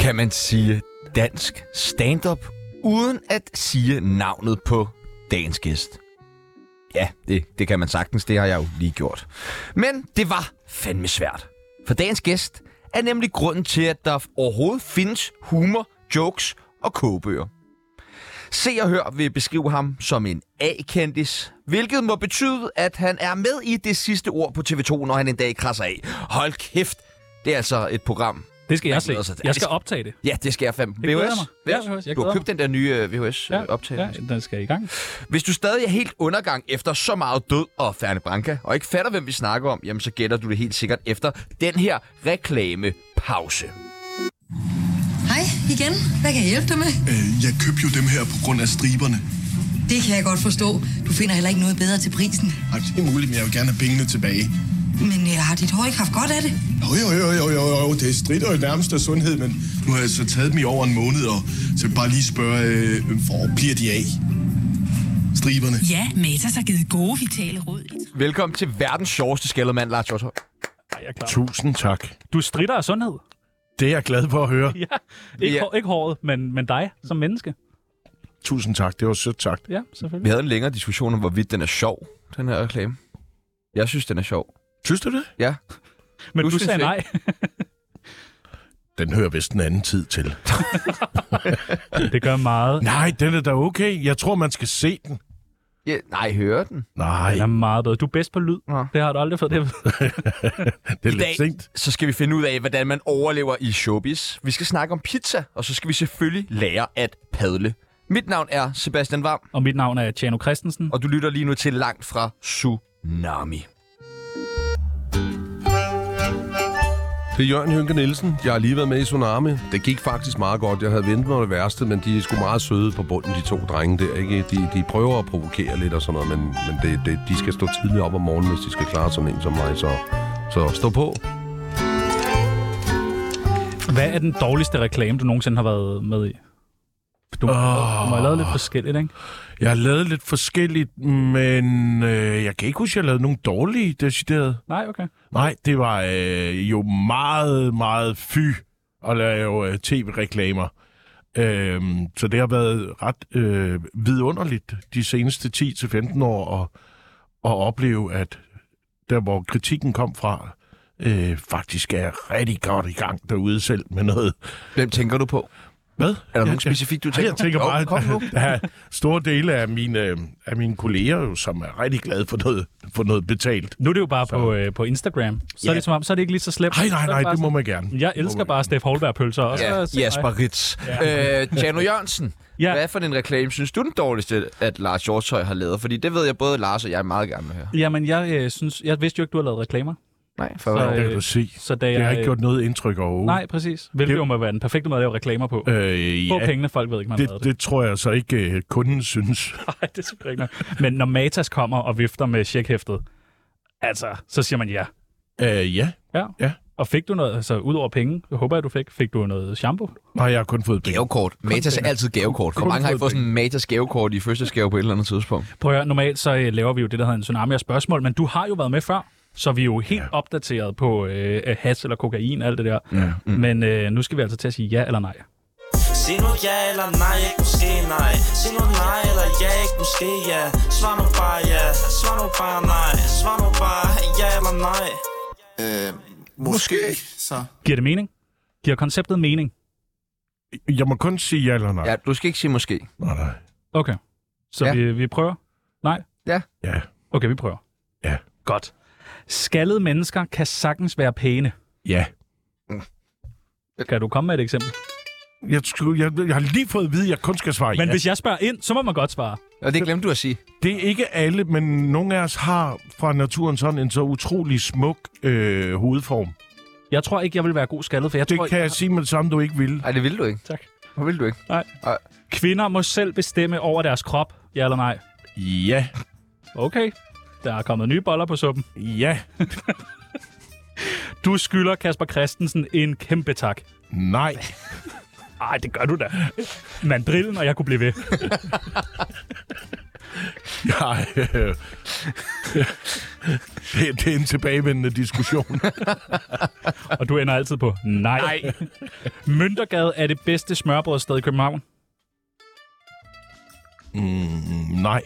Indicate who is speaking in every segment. Speaker 1: kan man sige, dansk stand-up, uden at sige navnet på dagens gæst. Ja, det, det kan man sagtens, det har jeg jo lige gjort. Men det var fandme svært. For dagens gæst er nemlig grunden til, at der overhovedet findes humor, jokes og kogebøger. Se og Hør vil beskrive ham som en A-kendis, hvilket må betyde, at han er med i det sidste ord på TV2, når han en dag krasser af. Hold kæft, det er altså et program.
Speaker 2: Det skal jeg
Speaker 1: Jeg glæder
Speaker 2: se.
Speaker 1: sig til-
Speaker 2: Jeg skal optage det.
Speaker 1: Ja, det skal jeg fandme.
Speaker 2: Det glæder
Speaker 1: VHS?
Speaker 2: mig. VHS, jeg
Speaker 1: Du har
Speaker 2: glæder
Speaker 1: købt den der nye øh, VHS-optagelse.
Speaker 2: ja, den skal i gang.
Speaker 1: Hvis du stadig er helt undergang efter så meget død og Ferne Branca, og ikke fatter, hvem vi snakker om, jamen så gætter du det helt sikkert efter den her reklamepause.
Speaker 3: Hej igen. Hvad kan jeg hjælpe dig med?
Speaker 4: Øh, jeg købte jo dem her på grund af striberne.
Speaker 3: Det kan jeg godt forstå. Du finder heller ikke noget bedre til prisen.
Speaker 4: Ej, det er muligt, men jeg vil gerne have pengene tilbage.
Speaker 3: Men jeg har dit hår ikke haft godt af det?
Speaker 4: Jo, jo, jo, jo, jo, jo, det strider jo nærmest af sundhed, men nu har jeg så taget dem i over en måned, og så vil jeg bare lige spørge, øh, hvor bliver de af? Striberne.
Speaker 5: Ja, Matas har givet gode vitale råd.
Speaker 1: Velkommen til verdens sjoveste skældermand, Lars Hjortøj.
Speaker 2: Ej, jeg er klar.
Speaker 6: Tusind tak.
Speaker 2: Du strider af sundhed.
Speaker 6: Det er jeg glad for at høre.
Speaker 2: Ja. Ikke,
Speaker 1: Ja.
Speaker 2: hår, ikke håret, men, men dig som menneske.
Speaker 6: Tusind tak. Det var sødt sagt.
Speaker 2: Ja,
Speaker 1: Vi
Speaker 2: selvfølgelig.
Speaker 1: havde en længere diskussion om, hvorvidt den er sjov, den her reklame. Jeg synes, den er sjov.
Speaker 6: Synes du det?
Speaker 1: Ja.
Speaker 2: Men
Speaker 1: du
Speaker 2: du,
Speaker 1: synes
Speaker 2: sagde
Speaker 1: ikke.
Speaker 2: nej.
Speaker 6: Den hører vist en anden tid til.
Speaker 2: det gør meget.
Speaker 6: Nej, den er da okay. Jeg tror, man skal se den.
Speaker 1: ja nej, hører den.
Speaker 6: Nej,
Speaker 2: Den er meget bedre. Du er bedst på lyd.
Speaker 1: Nå.
Speaker 2: Det har du aldrig fået det. ved.
Speaker 6: det er
Speaker 1: I dag,
Speaker 6: lidt sent.
Speaker 1: så skal vi finde ud af, hvordan man overlever i showbiz. Vi skal snakke om pizza, og så skal vi selvfølgelig lære at padle. Mit navn er Sebastian Varm,
Speaker 2: Og mit navn er Tjano Christensen.
Speaker 1: og du lytter lige nu til Langt fra Tsunami.
Speaker 7: Det er Jørgen Jynke Nielsen. Jeg har lige været med i Tsunami. Det gik faktisk meget godt. Jeg havde ventet mig det værste, men de er sgu meget søde på bunden, de to drenge der. Ikke? De, de prøver at provokere lidt og sådan noget, men, men det, det, de skal stå tidligt op om morgenen, hvis de skal klare sådan en som mig. Så, så stå på.
Speaker 2: Hvad er den dårligste reklame, du nogensinde har været med i? Du må, oh. må have lavet lidt forskelligt, ikke?
Speaker 6: Jeg har lavet lidt forskelligt, men øh, jeg kan ikke huske, at jeg lavede nogle dårlige decideret.
Speaker 2: Nej, okay.
Speaker 6: Nej, det var øh, jo meget, meget fy at lave øh, tv-reklamer. Øh, så det har været ret øh, vidunderligt de seneste 10-15 år at, at opleve, at der, hvor kritikken kom fra, øh, faktisk er rigtig godt i gang derude selv med noget.
Speaker 1: Hvem tænker du på?
Speaker 6: Hvad?
Speaker 1: Er der nogen specifikt, du
Speaker 6: Ej,
Speaker 1: tænker
Speaker 6: jeg tænker
Speaker 1: på? Jo,
Speaker 6: bare,
Speaker 1: kom nu.
Speaker 6: at der er store dele af mine, øh, af mine kolleger, jo, som er rigtig glade for noget, for noget betalt.
Speaker 2: Nu er det jo bare på, øh, på Instagram. Så er det som om, så er det ikke lige så slemt.
Speaker 6: Nej,
Speaker 2: Så er
Speaker 6: nej, nej,
Speaker 2: bare
Speaker 6: det må
Speaker 2: sådan-
Speaker 6: man gerne.
Speaker 2: Jeg elsker bare Steff Holberg-pølser. og så-
Speaker 1: Ja,
Speaker 2: så-
Speaker 1: Jasper Ritz. Ja. Øh, Tjano Jørgensen, ja.
Speaker 2: Ja.
Speaker 1: hvad for en reklame synes du er den dårligste, at Lars Hjortøj har lavet? Fordi det ved jeg både Lars og jeg meget gerne vil høre.
Speaker 2: Jamen, jeg, øh, synes, jeg vidste jo ikke, du har lavet reklamer.
Speaker 1: Nej, for
Speaker 2: Så,
Speaker 1: hvad?
Speaker 6: Det
Speaker 2: øh,
Speaker 6: kan du se.
Speaker 2: Så da jeg,
Speaker 6: Det har ikke
Speaker 2: øh,
Speaker 6: gjort noget indtryk overhovedet.
Speaker 2: Nej, præcis. Hvilket
Speaker 6: Det-
Speaker 2: jo må være den perfekte måde at lave reklamer på. Øh,
Speaker 6: Øh,
Speaker 2: på
Speaker 6: ja,
Speaker 2: pengene, folk ved ikke, man har
Speaker 6: det,
Speaker 2: lavet det.
Speaker 6: det tror jeg så ikke, øh, kunden synes.
Speaker 2: Nej, det er selvfølgelig ikke nok. Men når Matas kommer og vifter med checkhæftet, altså, så siger man ja.
Speaker 6: Øh, ja.
Speaker 2: Ja.
Speaker 6: Ja.
Speaker 2: Og fik du noget, altså ud over penge, jeg håber jeg, du fik, fik du noget shampoo?
Speaker 6: Nej, jeg har kun fået penge.
Speaker 1: Gavekort. Matas er altid gavekort. Hvor mange har ikke fået sådan en Matas gavekort i første gave på et eller andet tidspunkt?
Speaker 2: Prøv at høre, normalt så øh, laver vi jo det, der hedder en tsunami af spørgsmål, men du har jo været med før, så vi er jo helt ja. opdateret på øh, has eller kokain og alt det der. Ja. Mm. Men øh, nu skal vi altså til at sige ja eller nej.
Speaker 8: Sig nu ja eller nej, ikke måske nej Sig nu nej eller ja, ikke måske ja Svar nu bare ja, svar nu bare nej Svar nu bare ja eller nej
Speaker 4: Øh, måske. Så.
Speaker 2: Giver det mening? Giver konceptet mening?
Speaker 6: Jeg må kun sige ja eller nej.
Speaker 1: Ja, du skal ikke sige måske.
Speaker 6: Nej, nej.
Speaker 2: Okay. Så
Speaker 1: Ja.
Speaker 2: ja. vi, vi prøver? Nej?
Speaker 6: Ja.
Speaker 2: Okay, vi prøver.
Speaker 6: Ja.
Speaker 2: Godt. Skaldede mennesker kan sagtens være pæne.
Speaker 6: Ja.
Speaker 2: Kan du komme med et eksempel?
Speaker 6: Jeg, skulle, jeg, jeg har lige fået at vide, at jeg kun skal svare
Speaker 2: Men
Speaker 6: ja.
Speaker 2: hvis jeg spørger ind, så må man godt svare.
Speaker 1: Og det glemte du at sige.
Speaker 6: Det er ikke alle, men nogle af os har fra naturen sådan en så utrolig smuk øh, hovedform.
Speaker 2: Jeg tror ikke, jeg vil være god skaldet, for jeg
Speaker 6: Det
Speaker 2: tror,
Speaker 6: kan jeg sige med det samme, du ikke ville.
Speaker 1: Nej, det ville du ikke.
Speaker 2: Tak.
Speaker 1: Hvor ville du ikke?
Speaker 2: kvinder må selv bestemme over deres krop. Ja eller nej?
Speaker 6: Ja.
Speaker 2: Okay. Der er kommet nye boller på suppen.
Speaker 6: Ja.
Speaker 2: Du skylder Kasper Christensen en kæmpe tak.
Speaker 6: Nej.
Speaker 2: Ej, det gør du da. Mandrillen, og jeg kunne blive ved.
Speaker 6: Jeg, øh, Det, det er en tilbagevendende diskussion.
Speaker 2: Og du ender altid på nej. nej. Møntergade er det bedste smørbrødsted i København.
Speaker 6: Mm, nej,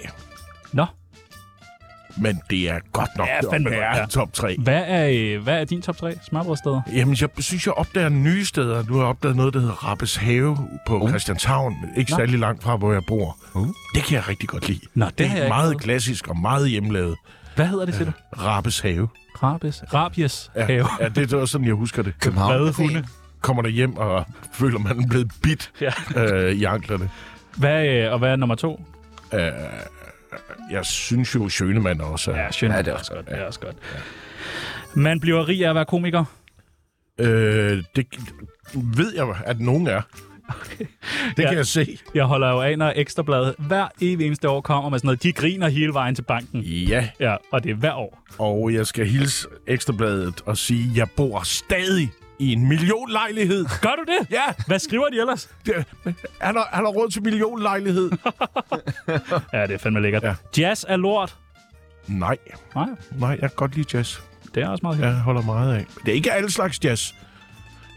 Speaker 2: Nå,
Speaker 6: men det er godt nok
Speaker 2: Ja, fandme
Speaker 6: det
Speaker 2: godt,
Speaker 6: er
Speaker 2: ja.
Speaker 6: top 3.
Speaker 2: hvad er, øh, hvad er din top 3 smørbrødsteder?
Speaker 6: Jamen, jeg synes, jeg opdager nye steder. Nu har jeg opdaget noget, der hedder Rappes Have på uh. Christianshavn. Ikke
Speaker 2: Nå.
Speaker 6: særlig langt fra, hvor jeg bor. Uh. Det kan jeg rigtig godt lide.
Speaker 2: Nå, det,
Speaker 6: Det
Speaker 2: har
Speaker 6: er
Speaker 2: jeg
Speaker 6: meget
Speaker 2: ikke prøvet.
Speaker 6: klassisk og meget hjemmelavet.
Speaker 2: Hvad hedder det, siger du?
Speaker 6: Rappes Have.
Speaker 2: Rabis. Øh, Rabies ja. have.
Speaker 6: ja det er også sådan, jeg husker det.
Speaker 1: København.
Speaker 2: Hvad hunde?
Speaker 6: Kommer der hjem og føler, man er blevet bidt
Speaker 2: Ja.
Speaker 6: øh, i anklerne.
Speaker 2: Hvad, øh, og hvad er nummer to?
Speaker 6: Jeg synes jo, Sjønemann også er...
Speaker 2: Ja, Sjønland. Ja, det er også godt. Det er også godt. Man bliver rig af at være komiker.
Speaker 6: Øh, det ved jeg, at nogen er. Det
Speaker 2: Ja.
Speaker 6: kan jeg se.
Speaker 2: Jeg holder jo af, når Ekstrabladet hver evig eneste år kommer med sådan noget. De griner hele vejen til banken.
Speaker 6: Ja,
Speaker 2: Ja, og det er hver år.
Speaker 6: og jeg skal hilse Ekstrabladet og sige, at jeg bor stadig i en millionlejlighed.
Speaker 2: Gør du det?
Speaker 6: Ja,
Speaker 2: Hvad skriver de ellers?
Speaker 6: det, han, har, han har råd til millionlejlighed.
Speaker 2: Ja, det er fandme lækkert. Ja.
Speaker 6: Ja.
Speaker 2: Jazz er lort.
Speaker 6: Nej,
Speaker 2: Nej,
Speaker 6: nej, jeg kan godt lide jazz.
Speaker 2: det er også meget hyggeligt.
Speaker 6: Jeg holder meget af. Det er ikke alle slags jazz.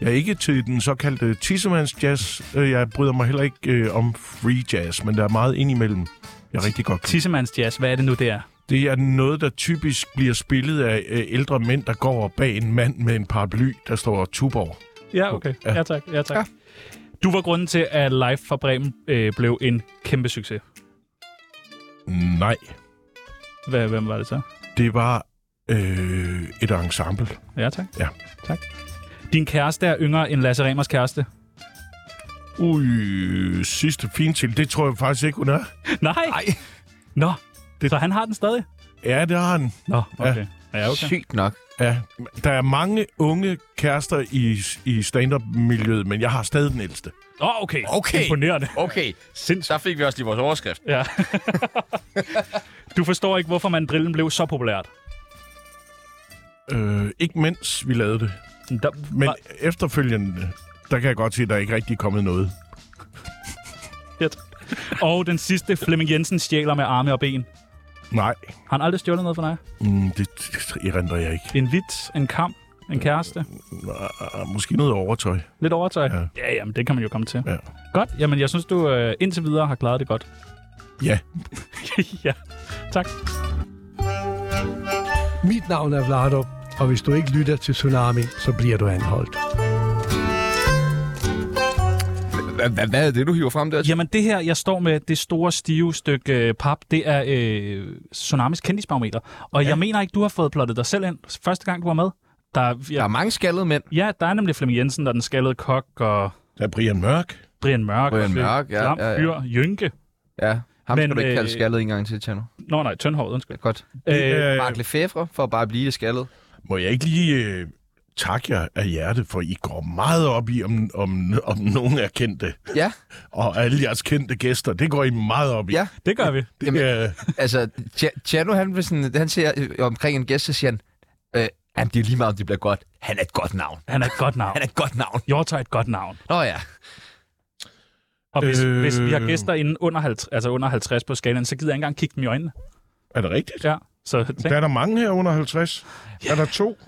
Speaker 6: Jeg er ikke til den såkaldte tissemands jazz. Øh, Jeg bryder mig heller ikke øh, om free jazz, men der er meget indimellem. Jeg rigtig godt kan.
Speaker 2: Tissemands jazz, hvad er det nu, det er?
Speaker 6: Det er noget, der typisk bliver spillet af øh, ældre mænd, der går bag en mand med en paraply, der står Tuborg.
Speaker 2: Ja, okay. Ja, tak. Ja, tak. Ja. Du var grunden til, at Live fra Bremen øh, blev en kæmpe succes.
Speaker 6: Nej,
Speaker 2: Hvad, hvem var det så?
Speaker 6: det var øh, et ensemble.
Speaker 2: Ja, tak.
Speaker 6: Ja.
Speaker 2: Tak. Din kæreste er yngre end Lasse Remers kæreste.
Speaker 6: Ui, sidste fintil, det tror jeg faktisk ikke, hun er.
Speaker 2: Nej. Nej. Nå, det...
Speaker 6: Det-
Speaker 2: så han har den stadig?
Speaker 6: Ja, det har han.
Speaker 2: Nå, okay. Ja, ja okay.
Speaker 1: Sygt nok.
Speaker 6: Ja, der er mange unge kærester i, i stand-up-miljøet, men jeg har stadig den ældste.
Speaker 2: Åh, oh, okay. Oh.
Speaker 1: Okay.
Speaker 2: Imponerende.
Speaker 1: Okay,
Speaker 2: Sindssygt.
Speaker 1: der fik vi også lige vores overskrift.
Speaker 2: Ja. du forstår ikke, hvorfor mandrillen blev så populært.
Speaker 6: Øh, ikke mens vi lavede det,
Speaker 2: Der...
Speaker 6: men efterfølgende, der kan jeg godt se, at der ikke rigtig er kommet noget.
Speaker 2: Fedt. Og den sidste, Flemming Jensen stjæler med arme og ben.
Speaker 6: Nej,
Speaker 2: Har han aldrig stjålet noget fra dig?
Speaker 6: mm, det, det erindrer jeg ikke.
Speaker 2: En vits, en kamp, en kæreste?
Speaker 6: Ah, Måske noget overtøj.
Speaker 2: Lidt overtøj? Ja, ja jamen, det kan man jo komme til.
Speaker 6: Ja.
Speaker 2: Godt. Jamen, jeg synes, du øh, indtil videre har klaret det godt.
Speaker 6: Ja.
Speaker 2: ja, tak.
Speaker 9: Mit navn er Vlado, og hvis du ikke lytter til Tsunami, så bliver du anholdt.
Speaker 1: Hvad er det, du hiver frem der?
Speaker 2: Jamen, det her, jeg står med det store, stive stykke øh, pap, det er øh, Tsunamis kendisbarometer. Og ja. jeg mener ikke, du har fået plottet dig selv ind første gang, du var med. Der, er-
Speaker 1: Der
Speaker 2: ja,
Speaker 1: er mange skaldede mænd.
Speaker 2: ja, der er nemlig Flemming Jensen, der er den skaldede kok, og
Speaker 6: Der er Brian Mørk.
Speaker 2: Brian Mørk,
Speaker 1: Brian
Speaker 2: og Flemming
Speaker 1: Mørk, ja,
Speaker 2: Klam,
Speaker 1: ja, ja.
Speaker 2: Fyr, Jynke.
Speaker 1: Ja, ham
Speaker 2: Men,
Speaker 1: Men, skal du ikke kalde
Speaker 2: øh,
Speaker 1: skaldet en gang til, Tjerno.
Speaker 2: Nå nej, Tøndhåret, undskyld.
Speaker 1: Godt.
Speaker 2: Øh,
Speaker 6: Øh,
Speaker 1: Mark Lefebvre, for at bare blive det skaldet.
Speaker 6: må jeg ikke lige øh, takke jer af hjerte, for I går meget op i, om, om, om nogen er kendte.
Speaker 1: Ja,
Speaker 6: Og alle jeres kendte gæster, det går I meget op i.
Speaker 1: Ja.
Speaker 2: det gør vi.
Speaker 6: Det,
Speaker 1: Jamen-
Speaker 6: øh,
Speaker 1: altså, Tje- Tjerno, han, vil sådan, han siger øh, omkring en gæst, så siger han, øh, jamen, det er lige meget, om det bliver godt. Han er et godt navn.
Speaker 2: Han er et godt navn.
Speaker 1: Han er et godt navn.
Speaker 2: Hjort er et godt navn.
Speaker 1: Nå ja.
Speaker 2: Og hvis, øh...
Speaker 6: Øh.
Speaker 2: hvis vi har gæster inden under 50, altså under 50 på skalaen, så gider jeg ikke engang kigge dem i øjnene.
Speaker 6: er det rigtigt?
Speaker 2: Ja. Så tænk,
Speaker 6: Der er der mange her under 50. Er der to?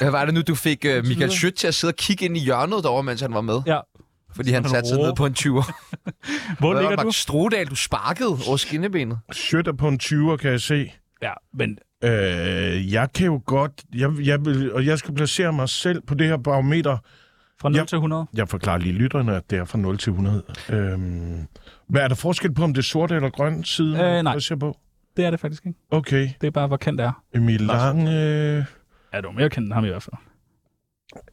Speaker 1: Hvad var det nu, du fik øh, Michael Schødt til at sidde og kigge ind i hjørnet derovre, mens han var med?
Speaker 2: ja.
Speaker 1: Fordi han
Speaker 2: Kan du
Speaker 1: satte sig ned
Speaker 2: råbe?
Speaker 1: på en 20'er.
Speaker 2: Hvor
Speaker 1: Hvad var
Speaker 2: ligger
Speaker 1: det,
Speaker 2: du?
Speaker 1: Max Strudal, du sparkede over skinnebenet?
Speaker 6: Shit er på en 20'er, kan jeg se.
Speaker 2: Ja, men
Speaker 6: Øh, jeg kan jo godt... Jeg, jeg vil, og jeg skal placere mig selv på det her barometer.
Speaker 2: fra 0
Speaker 6: Ja.
Speaker 2: til 100?
Speaker 6: Jeg forklarer lige lytterne, at det er fra 0 til 100. Øhm, hvad er der forskel på, om det er sort eller grøn side?
Speaker 2: Øh, nej.
Speaker 6: Jeg ser på?
Speaker 2: Det er det faktisk ikke.
Speaker 6: Okay.
Speaker 2: Det er bare, hvor kendt det er.
Speaker 6: Emil Lange... Øh,
Speaker 2: Ja, du er mere kendt end ham i hvert fald.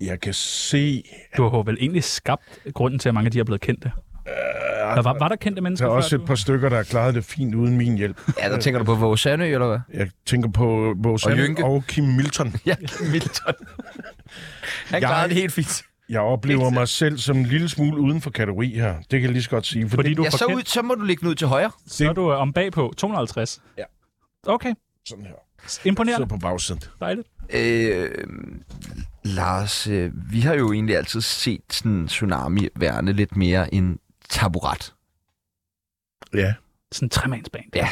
Speaker 6: jeg kan se...
Speaker 2: Du har jo vel egentlig skabt grunden til, at mange af de er blevet kendte. Der var, var der kendte
Speaker 6: Øh, Der
Speaker 2: mennesker
Speaker 6: er også
Speaker 2: før?
Speaker 6: et par stykker, der har klaret det fint uden min hjælp.
Speaker 1: Ja, der tænker du på Våge Sandø, eller hvad?
Speaker 6: Jeg tænker på Vores og,
Speaker 1: Jynke.
Speaker 6: og Kim Milton.
Speaker 1: Ja, Kim Milton. Han
Speaker 6: Jeg-
Speaker 1: klarede det helt fint.
Speaker 6: Jeg oplever mig selv som en lille smule uden for kategori her. Det kan jeg lige så godt sige.
Speaker 2: Fordi
Speaker 6: Fordi,
Speaker 2: du er
Speaker 1: Ja, så,
Speaker 2: for
Speaker 1: ud,
Speaker 2: kendt,
Speaker 1: så må du ligge den ud til højre.
Speaker 2: så er du øh, om bagpå 250.
Speaker 6: Ja.
Speaker 2: Okay,
Speaker 6: sådan her.
Speaker 2: imponerende.
Speaker 6: Sidder på bagsiden.
Speaker 2: Dejligt.
Speaker 1: Øh, Lars, øh, vi har jo egentlig altid set sådan tsunami værende lidt mere en taburet.
Speaker 6: Ja,
Speaker 2: Sådan en tremandsband.
Speaker 1: Ja.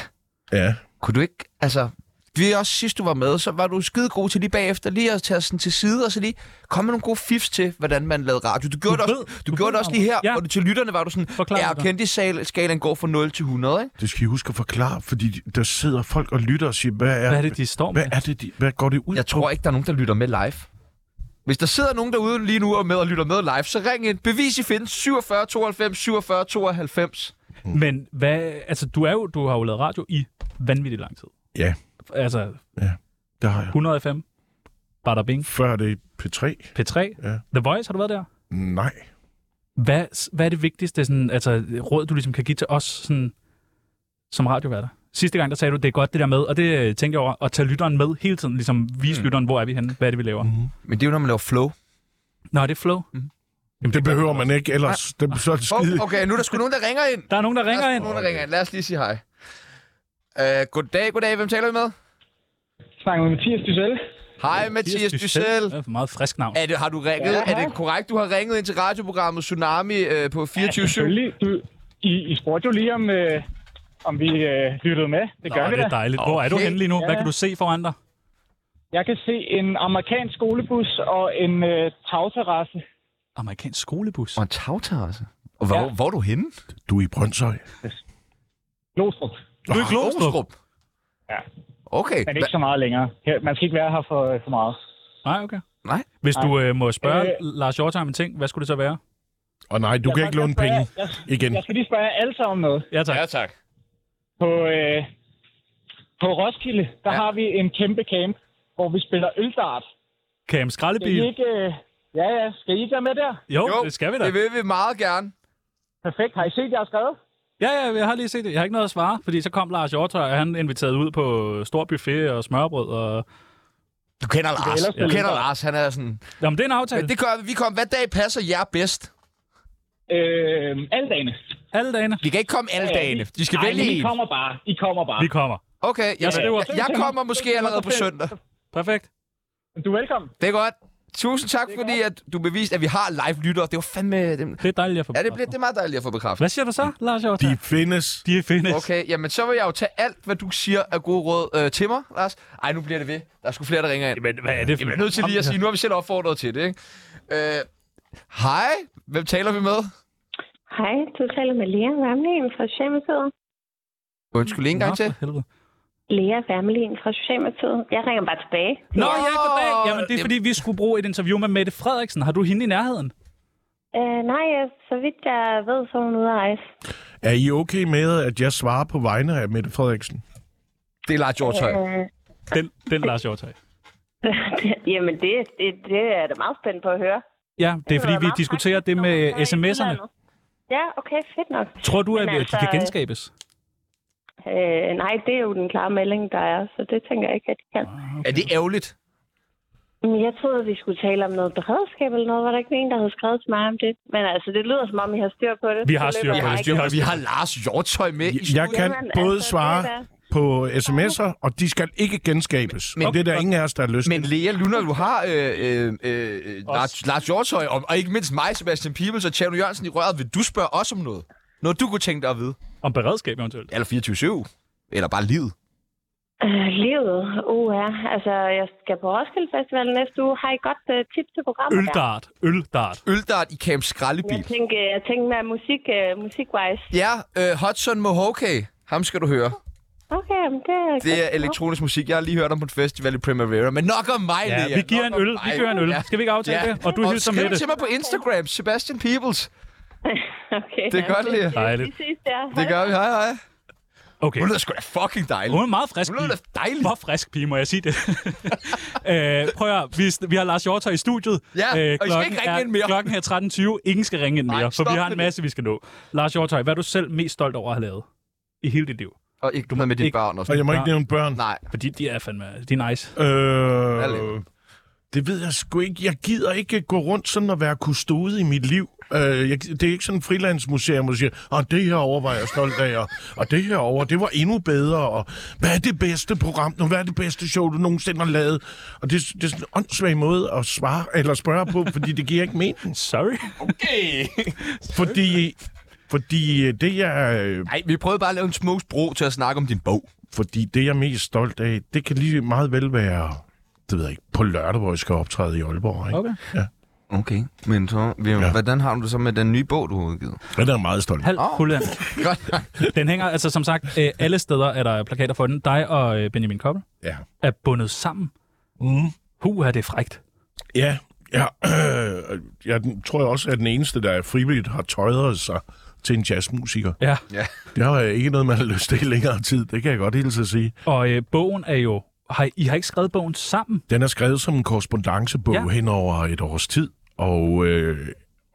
Speaker 6: ja.
Speaker 1: Kunne du ikke, altså, vi også sidst du var med, så var du skide god til lige bagefter, lige at tage sådan til side, og så lige komme med nogle gode fifs til, hvordan man lavede radio. Du gjorde,
Speaker 2: Du
Speaker 1: det,
Speaker 2: ved-
Speaker 1: også, du
Speaker 2: du
Speaker 1: gjorde
Speaker 2: ved
Speaker 1: det også
Speaker 2: om-
Speaker 1: lige her,
Speaker 2: Ja.
Speaker 1: hvor du til lytterne var du sådan,
Speaker 2: Forklar
Speaker 1: ja,
Speaker 2: mig dig."
Speaker 1: kendisskalaen går fra 0 til 100, ikke?
Speaker 6: Det skal I huske at forklare, fordi der sidder folk og lytter og siger, hvad er,
Speaker 2: Hvad er det, de står med?
Speaker 6: hvad, er det, de, hvad går det ud
Speaker 1: Jeg tror
Speaker 6: på?
Speaker 1: ikke, der er nogen, der lytter med live. Hvis der sidder nogen derude lige nu og med og lytter med live, så ring ind. Bevis I findes 47 92 47 92.
Speaker 2: Men hvad, altså, du, er jo, du har jo lavet radio i vanvittig lang tid.
Speaker 6: Ja,
Speaker 2: Altså,
Speaker 6: det har jeg.
Speaker 2: 100 FM, Bada Bing,
Speaker 6: Før det P3?
Speaker 2: P3,
Speaker 6: Ja.
Speaker 2: The Voice, har du været der?
Speaker 6: Nej.
Speaker 2: Hvad, hvad er det vigtigste sådan, altså, råd, du ligesom kan give til os sådan, som radioværter? Sidste gang, der sagde du, det er godt det der med, og det øh, tænkte jeg over, at tage lytteren med hele tiden, ligesom vise mm. lytteren, hvor er vi henne, hvad er det, vi laver. Mm.
Speaker 1: Men det er jo, når man laver flow.
Speaker 2: Nå, det er flow. Mm.
Speaker 6: Jamen, det behøver man ikke, ellers det, så er det skide.
Speaker 1: Oh, okay, nu er der sgu nogen, der ringer ind.
Speaker 2: Der er nogen, der ringer
Speaker 1: der er
Speaker 2: ind.
Speaker 1: sgu nogen, der ringer ind. Lad os lige sige hej. Uh, goddag, goddag. Hvem taler vi med?
Speaker 10: snakker med Mathias Dussel.
Speaker 1: Hej, Mathias Dussel.
Speaker 2: Det er et meget frisk navn.
Speaker 1: Er det, har du ringet?
Speaker 10: Ja,
Speaker 1: er det korrekt, du har ringet ind til radioprogrammet Tsunami øh, på 24 ja,
Speaker 10: Selvfølgelig. Du, I, I spurgte jo lige, om, øh, om vi øh, lyttede med. Det gør
Speaker 2: Nå,
Speaker 10: vi
Speaker 2: det
Speaker 10: da.
Speaker 2: er dejligt. Hvor er du
Speaker 1: Okay.
Speaker 2: henne lige nu? Hvad
Speaker 10: Ja.
Speaker 2: kan du se foran dig?
Speaker 10: Jeg kan se en amerikansk skolebus og en øh, tagterrasse.
Speaker 2: Amerikansk skolebus.
Speaker 1: Og en tagterrasse. Og hvor,
Speaker 10: Ja.
Speaker 1: hvor er du henne?
Speaker 6: Du er i Brøndshøj.
Speaker 10: Glostrup.
Speaker 2: Du er i Glostrup.
Speaker 10: Ja.
Speaker 1: Okay.
Speaker 10: Men ikke så meget længere. Her, man skal ikke være her for, øh, for meget.
Speaker 2: Nej, okay.
Speaker 1: Nej.
Speaker 2: Hvis du øh, må spørge
Speaker 10: Øh.
Speaker 2: Lars Hjortheim en ting, hvad skulle det så være?
Speaker 6: Og nej, du kan
Speaker 10: Jeg-
Speaker 6: ikke låne
Speaker 10: jeg spørger-
Speaker 6: penge
Speaker 10: Jeg,
Speaker 6: igen.
Speaker 10: jeg skal lige spørge jer alle sammen om noget.
Speaker 2: Ja, tak.
Speaker 1: Ja, tak.
Speaker 10: På, øh, på Roskilde, der ja.
Speaker 1: Ja.
Speaker 10: har vi en kæmpe camp, hvor vi spiller øldart.
Speaker 2: Cam
Speaker 10: Skal I
Speaker 2: Skraldebil.
Speaker 10: ikke... Øh, ja, ja. Skal I ikke være med der?
Speaker 2: Jo, jo, det skal vi da.
Speaker 1: Det vil vi meget gerne.
Speaker 10: Perfekt. Har I set, jeg har skrevet?
Speaker 2: Ja, ja, jeg har lige set det. Jeg har ikke noget at svare, fordi så kom Lars Hjortøj, og han inviterede ud på øh, stor buffet og smørbrød. Og...
Speaker 1: Du kender Lars.
Speaker 10: ellers
Speaker 1: Du
Speaker 10: spille
Speaker 1: kender
Speaker 10: lidt.
Speaker 1: Lars. Han er sådan...
Speaker 2: Jamen, det er en aftale.
Speaker 1: Men
Speaker 2: Det...
Speaker 1: det gør vi. Vi kommer, hvad dag passer jer bedst?
Speaker 10: Øh, alle dagene.
Speaker 2: Alle dagene.
Speaker 1: Vi kan ikke komme alle
Speaker 10: Ja,
Speaker 1: dagene. De skal
Speaker 10: Ej,
Speaker 1: vælge
Speaker 10: men I
Speaker 1: en.
Speaker 10: kommer bare. I kommer bare.
Speaker 2: Vi kommer.
Speaker 1: Okay, jeg,
Speaker 2: skriver.
Speaker 1: jeg, jeg kommer måske allerede på søndag.
Speaker 2: Perfekt.
Speaker 10: Du er velkommen.
Speaker 1: Det er godt. Tusind tak, fordi at du beviste, at vi har live-lyttere. Det var fandme...
Speaker 2: Det er dejligt at få
Speaker 1: Ja, det, blev, det
Speaker 2: bekræftet.
Speaker 1: er meget dejligt at få bekræftet.
Speaker 2: Hvad siger du så, Lars Hjortøj?
Speaker 6: De findes.
Speaker 2: De er findes. Okay.
Speaker 1: Okay, jamen så vil jeg jo tage alt, hvad du siger af gode råd øh, til mig, Lars. Ej, nu bliver det ved. Der er sgu flere, der ringer ind.
Speaker 2: Men hvad er det for
Speaker 1: Jeg er nødt til lige at sige, nu har vi selv opfordret til det, ikke? Øh, hej, hvem taler vi med?
Speaker 11: Hej, du taler med Lea Wermelin fra Socialdemokratiet.
Speaker 1: Undskyld, en gang
Speaker 2: Nå,
Speaker 1: til.
Speaker 2: for helvede.
Speaker 11: Lea Wermelin fra Socialdemokratiet. Jeg ringer bare tilbage.
Speaker 2: Nå, ja, goddag. Jamen, det er
Speaker 1: Jamen-
Speaker 2: fordi, vi skulle bruge et interview med Mette Frederiksen. Har du hende i nærheden?
Speaker 11: Øh, nej, øh, så vidt jeg ved, så er hun ude at rejse.
Speaker 6: Er I okay med, at jeg svarer på vegne af Mette Frederiksen?
Speaker 1: Det er Lars Hjortøj.
Speaker 11: Øh,
Speaker 2: Den, den Lars Hjortøj.
Speaker 11: jamen, det, det, det er jeg da meget spændt på at høre.
Speaker 2: Ja, det er fordi, vi diskuterer det med sms'erne.
Speaker 11: Ja, okay, fedt nok.
Speaker 2: Tror du, at
Speaker 11: Men
Speaker 2: vi- de
Speaker 11: altså,
Speaker 2: kan genskabes?
Speaker 11: Øh, nej, det er jo den klare melding, der er, så det tænker jeg ikke, at de kan.
Speaker 1: Er det ærgerligt?
Speaker 11: Men Jeg troede, at vi skulle tale om noget beredskab eller noget. Var der ikke en, der havde skrevet til mig om det? Men altså, det lyder som om, I har styr på det.
Speaker 2: Vi har
Speaker 11: Så
Speaker 2: styr på
Speaker 11: løber
Speaker 2: det.
Speaker 11: jeg
Speaker 2: Vi
Speaker 11: ikke.
Speaker 2: har-
Speaker 1: Vi har Lars Hjortøj med i
Speaker 6: Jeg kan
Speaker 11: Jamen,
Speaker 6: både
Speaker 11: altså,
Speaker 6: svare
Speaker 11: det er da-
Speaker 6: på sms'er, og de skal ikke genskabes. Men,
Speaker 1: Men-
Speaker 6: og det er der ingen af os, der har lyst
Speaker 1: Men
Speaker 6: til.
Speaker 1: Lea Lunder, du har øh, øh, øh, Lars, Lars Hjortøj, og, og ikke mindst mig, Sebastian Pibels og Tjerno Jørgensen i røret. Vil du spørge os om noget? Noget, du kunne tænke dig at vide?
Speaker 2: Om beredskab eventuelt?
Speaker 1: Eller 24-7? Eller bare livet?
Speaker 11: Øh, livet, uh, ja. Altså, jeg skal på Roskilde Festival næste uge. Har I godt uh, tip til programmet der?
Speaker 2: Øldart. Øldart.
Speaker 1: Øldart i Camp
Speaker 11: Jeg
Speaker 1: Skraldebil.
Speaker 11: tænker, jeg tænker med musik, uh, musikwise.
Speaker 1: Ja, øh, Hudson Mohawke. Ham skal du høre.
Speaker 11: Okay, jamen, det er
Speaker 1: Det er elektronisk musik. Jeg har lige hørt om på en festival i Primavera. Men nok om mig,
Speaker 2: Ja,
Speaker 1: Lea.
Speaker 2: vi giver en
Speaker 1: Nok om
Speaker 2: øl. Vi
Speaker 1: mig.
Speaker 2: giver en øl.
Speaker 1: Ja.
Speaker 2: Skal vi ikke aftale det? Og du hilser med
Speaker 1: skriv
Speaker 2: det.
Speaker 1: til mig på Instagram, Sebastian Peebles.
Speaker 11: okay,
Speaker 1: Det er
Speaker 11: jamen,
Speaker 1: godt, Lea.
Speaker 11: Vi
Speaker 2: Dejligt.
Speaker 11: ses der.
Speaker 1: Det gør vi. Hej, hej.
Speaker 2: Okay.
Speaker 1: Hun lyder sgu da fucking dejlig.
Speaker 2: Hun er en meget frisk
Speaker 1: Hun
Speaker 2: pige.
Speaker 1: lyder da dejlig.
Speaker 2: For frisk pige, må jeg sige det. øh, prøv at høre, vi, vi har Lars Hjortøj i studiet. Øh,
Speaker 1: Ja, og I skal
Speaker 2: klokken
Speaker 1: ikke ringe
Speaker 2: er,
Speaker 1: ind mere.
Speaker 2: Klokken er 13.20. Ingen skal ringe ind
Speaker 1: Nej,
Speaker 2: mere,
Speaker 1: stop
Speaker 2: for vi har
Speaker 1: med
Speaker 2: en
Speaker 1: det.
Speaker 2: masse, vi skal nå. Lars Hjortøj, hvad er du selv mest stolt over at have lavet i hele dit liv?
Speaker 1: Og ikke noget med dit
Speaker 2: ikke-
Speaker 1: barn og
Speaker 6: Og
Speaker 1: sådan
Speaker 6: jeg må ikke nævne børn.
Speaker 1: Nej.
Speaker 2: Fordi de er fandme... De er nice.
Speaker 1: laver
Speaker 6: Øh, det ved jeg sgu ikke. Jeg gider ikke gå rundt sådan og være kustode i mit liv. Øh, jeg, det er ikke sådan en frilandsmuseum, hvor du siger, og det her over var jeg stolt af, og, og det her over, det var endnu bedre, og hvad er det bedste program nu? Hvad er det bedste show, du nogensinde har lavet? Og det, det er sådan en åndssvag måde at svare, eller spørge på, fordi det giver ikke mening.
Speaker 2: Sorry.
Speaker 6: Fordi, øh, fordi øh, det, jeg øh,
Speaker 1: Nej, vi prøvede bare at lave en smuks bro til at snakke om din bog.
Speaker 6: Fordi det, jeg er mest stolt af, det kan lige meget vel være, det ved jeg ikke, på lørdag, hvor jeg skal optræde i Aalborg. Ikke?
Speaker 2: Okay.
Speaker 6: Ja.
Speaker 1: Okay, men så, vi- hvordan har du det så med den nye bog, du har udgivet?
Speaker 6: Den er meget stolt.
Speaker 1: Ah.
Speaker 2: Halv oh. Holland. den hænger, altså som sagt, øh, alle steder er der plakater for den. Dig og øh, Benjamin Koppel
Speaker 6: Ja.
Speaker 2: er bundet sammen.
Speaker 6: Mm.
Speaker 2: Hu er det frægt.
Speaker 6: Ja, ja øh, jeg den- tror jeg også, at den eneste, der frivilligt har tøjret sig til en jazzmusiker.
Speaker 2: Ja.
Speaker 1: ja.
Speaker 6: Det har jeg ikke noget, man har lyst til i længere tid. Det kan jeg godt hilse at sige.
Speaker 2: Og øh, bogen er jo... Har, I- I har ikke skrevet bogen sammen?
Speaker 6: Den er skrevet som en korrespondancebog
Speaker 2: Ja.
Speaker 6: ja. hen over et års tid, og, øh,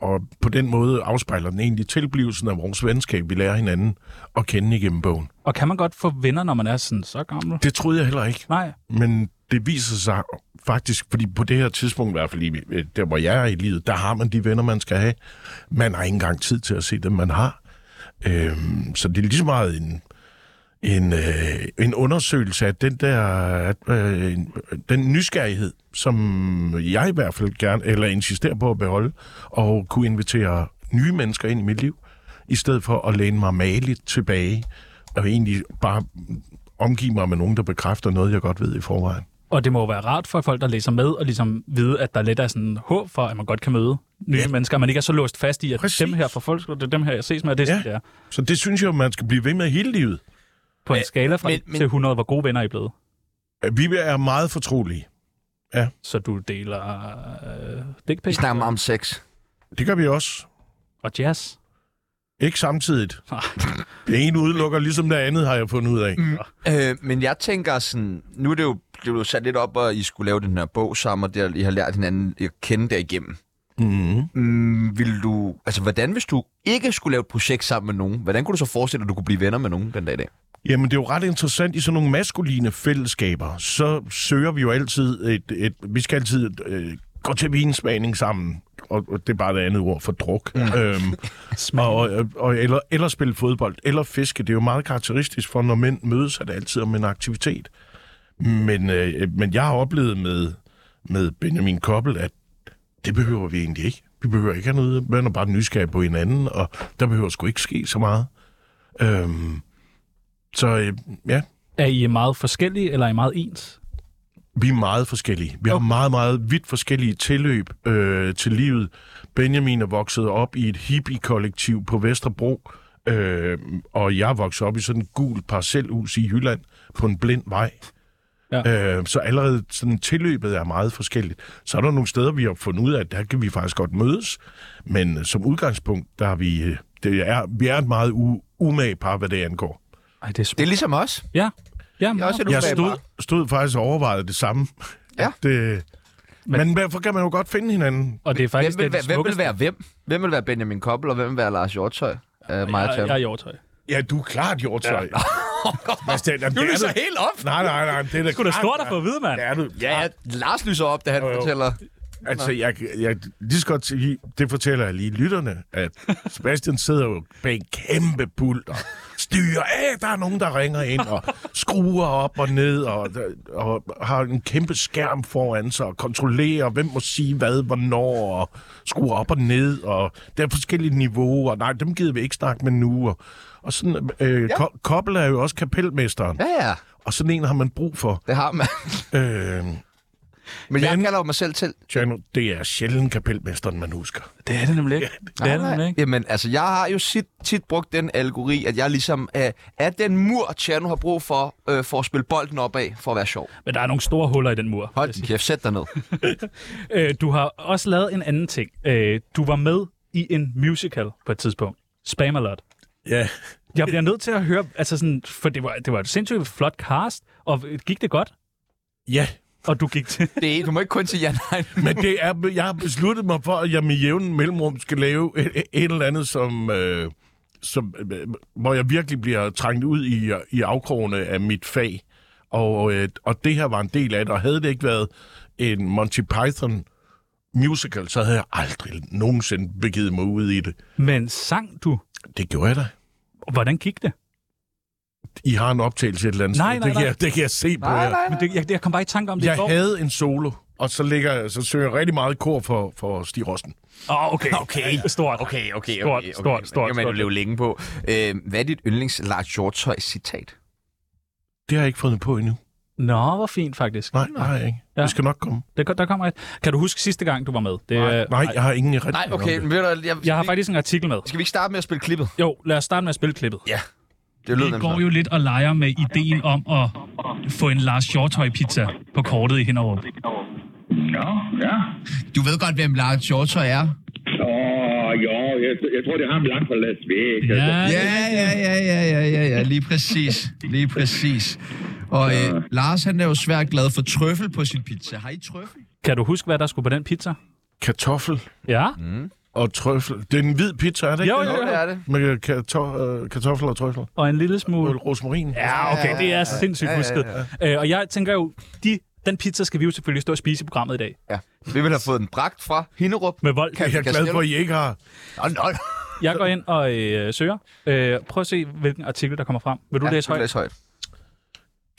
Speaker 6: og på den måde afspejler den egentlig tilblivelsen af vores venskab. Vi lærer hinanden at kende igennem bogen.
Speaker 2: Og kan man godt få venner, når man er sådan så gammel?
Speaker 6: Det troede jeg heller ikke.
Speaker 2: Nej.
Speaker 6: Men det viser sig faktisk, fordi på det her tidspunkt, i hvert fald i- øh, der hvor jeg er i livet, der har man de venner, man skal have. Man har ikke engang tid til at se dem, man har. Øhm, så det er lige så meget en, en, øh, en undersøgelse af den der at, øh, en- den nysgerrighed, som jeg i hvert fald gerne, eller insisterer på at beholde, og kunne invitere nye mennesker ind i mit liv, i stedet for at læne mig maligt tilbage, og egentlig bare omgive mig med nogen, der bekræfter noget, jeg godt ved i forvejen.
Speaker 2: Og det må jo være rart for folk, der læser med, og ligesom vide, at der lidt er sådan håb for, at man godt kan møde nye ja. mennesker, at man ikke er så låst fast i, at Præcis. dem her fra folk, det er dem her, jeg ses med, og det er ja. sådan, det er.
Speaker 6: Så det synes jeg, man skal blive ved med hele livet.
Speaker 2: På en skala fra men, men... til 100, hvor gode venner er I blevet?
Speaker 6: Vi er meget fortrolige. Ja.
Speaker 2: Så du deler øh, dick
Speaker 1: Vi
Speaker 2: pics
Speaker 1: snakker meget om sex.
Speaker 6: Det gør vi også.
Speaker 2: og jazz?
Speaker 6: Ikke samtidig.
Speaker 2: Nej.
Speaker 6: Det ene udelukker ligesom det andet, har jeg fundet ud af. Mm.
Speaker 1: Øh, men jeg tænker sådan, nu er det jo blevet sat lidt op, og I skulle lave den her bog sammen, og der, I har lært hinanden at kende derigennem.
Speaker 2: Mm-hmm.
Speaker 6: Mm.
Speaker 1: Mm, vil du, altså hvordan hvis du ikke skulle lave et projekt sammen med nogen, hvordan kunne du så forestille dig, at du kunne blive venner med nogen den dag i dag?
Speaker 6: Jamen, det er jo ret interessant. I sådan nogle maskuline fællesskaber, så søger vi jo altid et... et vi skal altid øh, gå til vinsmagning sammen. Og, og det er bare det andet ord for druk. Mm. Øhm, og, og, og, eller, eller spille fodbold, eller fiske. Det er jo meget karakteristisk for, når mænd mødes, er det altid om en aktivitet. Men, øh, men jeg har oplevet med, med Benjamin Koppel, at det behøver vi egentlig ikke. Vi behøver ikke have noget. Man er bare nysgerrig på hinanden, og der behøver sgu ikke ske så meget. Øhm, så øh, ja,
Speaker 2: Er I meget forskellige, eller er I meget ens?
Speaker 6: vi er meget forskellige. Vi har meget, meget vidt forskellige tilløb øh, til livet. Benjamin er vokset op i et hippie-kollektiv på Vesterbro, øh, og jeg er vokset op i sådan et gult parcelhus i Jylland på en blind vej. Ja. Øh, så allerede sådan tilløbet er meget forskelligt. Så er der nogle steder, vi har fundet ud af, at der kan vi faktisk godt mødes, men øh, som udgangspunkt, der er vi, øh, det er, vi er et meget u- umage par, hvad det angår.
Speaker 2: Ej, det er
Speaker 1: Det er ligesom os.
Speaker 2: Ja. ja
Speaker 1: Jeg er også et
Speaker 6: Jeg
Speaker 1: umage
Speaker 6: stod,
Speaker 1: par.
Speaker 6: stod faktisk og overvejede det samme.
Speaker 1: Ja.
Speaker 6: Det, men, men derfor kan man jo godt finde hinanden.
Speaker 2: Og det er faktisk
Speaker 1: Hvem vil,
Speaker 2: den
Speaker 1: være, hvem vil
Speaker 2: smukkeste-
Speaker 1: være hvem? Hvem vil være Benjamin Koppel, og hvem vil være Lars Hjortøj? Uh, Maja
Speaker 2: Jeg, jeg er i overtøj.
Speaker 6: Ja, du er klart, Hjortøj. Ja. Mads, det, jamen,
Speaker 1: Du
Speaker 6: det er
Speaker 1: lyser
Speaker 6: det-
Speaker 1: helt op.
Speaker 6: Nej, nej, nej. Det er da
Speaker 2: Sgu da
Speaker 6: klart,
Speaker 2: stort at få
Speaker 6: mand.
Speaker 2: at vide, mand.
Speaker 6: Det er du.
Speaker 1: Ja, ja, Lars lyser op, da han
Speaker 6: Jo, jo.
Speaker 1: fortæller.
Speaker 6: Altså, jeg, jeg lige så godt sige, det fortæller jeg lige lytterne, at Sebastian sidder jo bag en kæmpe pult og styrer af, der er nogen, der ringer ind og skruer op og ned og, og har en kæmpe skærm foran sig og kontrollerer, hvem må sige hvad, hvornår og skruer op og ned og der er forskellige niveauer. Nej, dem gider vi ikke snakke med nu. Og, og sådan, øh, ja. Koppel er jo også kapelmesteren,
Speaker 1: Ja, ja,
Speaker 6: og sådan en har man brug for.
Speaker 1: det har man.
Speaker 6: Øh,
Speaker 1: Men jeg
Speaker 6: Men-
Speaker 1: kalder jo mig selv til.
Speaker 6: Tjerno, det er sjældent kapelmesteren, man husker.
Speaker 2: Det er det nemlig ikke. Det er det nemlig ikke.
Speaker 1: Jamen, altså, jeg har jo sit, tit brugt den algori, at jeg ligesom øh, er den mur, Tjerno har brug for, øh, for at spille bolden op af, for at være sjov.
Speaker 2: Men der er nogle store huller i den mur.
Speaker 1: Hold din kæft, sæt dig ned.
Speaker 2: Øh, du har også lavet en anden ting. Øh, du var med i en musical på et tidspunkt. Spam a lot.
Speaker 6: Ja.
Speaker 2: Jeg bliver nødt til at høre, altså sådan, for det var, det var et sindssygt flot cast, og gik det godt?
Speaker 6: Ja,
Speaker 2: Og du gik til...
Speaker 1: Det er, du må ikke kun sige ja, nej.
Speaker 6: men det er, jeg har besluttet mig for, at jeg med jævn mellemrum skal lave et, et eller andet, som, øh, som, øh, hvor jeg virkelig bliver trængt ud i, i afkrogene af mit fag. Og, øh, og det her var en del af det, og havde det ikke været en Monty Python musical, så havde jeg aldrig nogensinde begivet mig ud i det.
Speaker 2: Men sang du?
Speaker 6: Det gjorde jeg da.
Speaker 2: Hvordan gik det?
Speaker 6: I har en optagelse et eller andet
Speaker 2: Nej,
Speaker 6: sted.
Speaker 2: nej,
Speaker 6: det, kan
Speaker 2: nej.
Speaker 6: Jeg, det kan jeg se på jer.
Speaker 2: Men det, jeg, jeg kom bare i tanke om det i
Speaker 6: Jeg
Speaker 2: går.
Speaker 6: havde en solo, og så, ligger, så søger jeg rigtig meget kor for, for Stig Rossen.
Speaker 2: Åh, oh, okay. okay. Stort.
Speaker 1: Okay, okay, okay.
Speaker 2: Stort,
Speaker 1: okay,
Speaker 2: stort, stort,
Speaker 1: Det kan man jo
Speaker 2: stort.
Speaker 1: leve længe på. Øh, hvad er dit yndlings Lars Hjortøj citat?
Speaker 6: Det har jeg ikke fundet på endnu.
Speaker 2: Nå, hvor fint faktisk.
Speaker 6: Nej, nej, ikke. Ja. Det skal nok komme.
Speaker 2: Det, der kommer et. Kan du huske sidste gang, du var med? Det,
Speaker 6: Nej, nej, jeg har ingen rigtig
Speaker 1: Nej, okay, men ved du, jeg,
Speaker 2: Jeg har faktisk en artikel med.
Speaker 1: Skal vi ikke starte med at spille klippet?
Speaker 2: Jo, lad os starte med at spille klippet.
Speaker 1: Ja.
Speaker 2: Det
Speaker 1: lyder
Speaker 2: Vi
Speaker 1: nemt
Speaker 2: går
Speaker 1: nok.
Speaker 2: jo lidt og leger med ideen om at få en Lars Hjortøj-pizza på kortet i Hinderup.
Speaker 12: Ja, ja.
Speaker 13: Du ved godt, hvem Lars Hjortøj er?
Speaker 12: Åh, jo, jeg, jeg tror, det har ham langt fra Las Vegas.
Speaker 13: ja, ja, ja, ja, ja, ja, ja, lige præcis. Lige præcis. Og øh, Lars, han er jo svært glad for trøffel på sin pizza. Har I trøffel?
Speaker 2: Kan du huske, hvad der skulle på den pizza?
Speaker 6: Kartoffel.
Speaker 2: Ja.
Speaker 1: Mm.
Speaker 6: Og trøffel. Det er en hvid pizza, er det ikke?
Speaker 2: Jo, jo, jo, det er det.
Speaker 6: Med karto- øh, kartofler og trøffel.
Speaker 1: Mm.
Speaker 2: Og en lille smule...
Speaker 6: Rosmarin.
Speaker 2: Ja, okay, det er sindssygt husket. Øh, og jeg tænker jo, de, den pizza skal vi jo selvfølgelig stå og spise i programmet i dag.
Speaker 1: Ja. Vi vil have fået den bragt fra Hinderup.
Speaker 2: Med vold.
Speaker 1: Kan- Jeg er kan- glad for, at I
Speaker 6: ikke har.
Speaker 1: Nå, nå.
Speaker 2: Jeg går ind og øh, søger. Øh, prøv at se, hvilken artikel, der kommer frem. Vil du
Speaker 6: Ja,
Speaker 2: læse
Speaker 6: jeg
Speaker 2: højt?
Speaker 6: vil læse højt.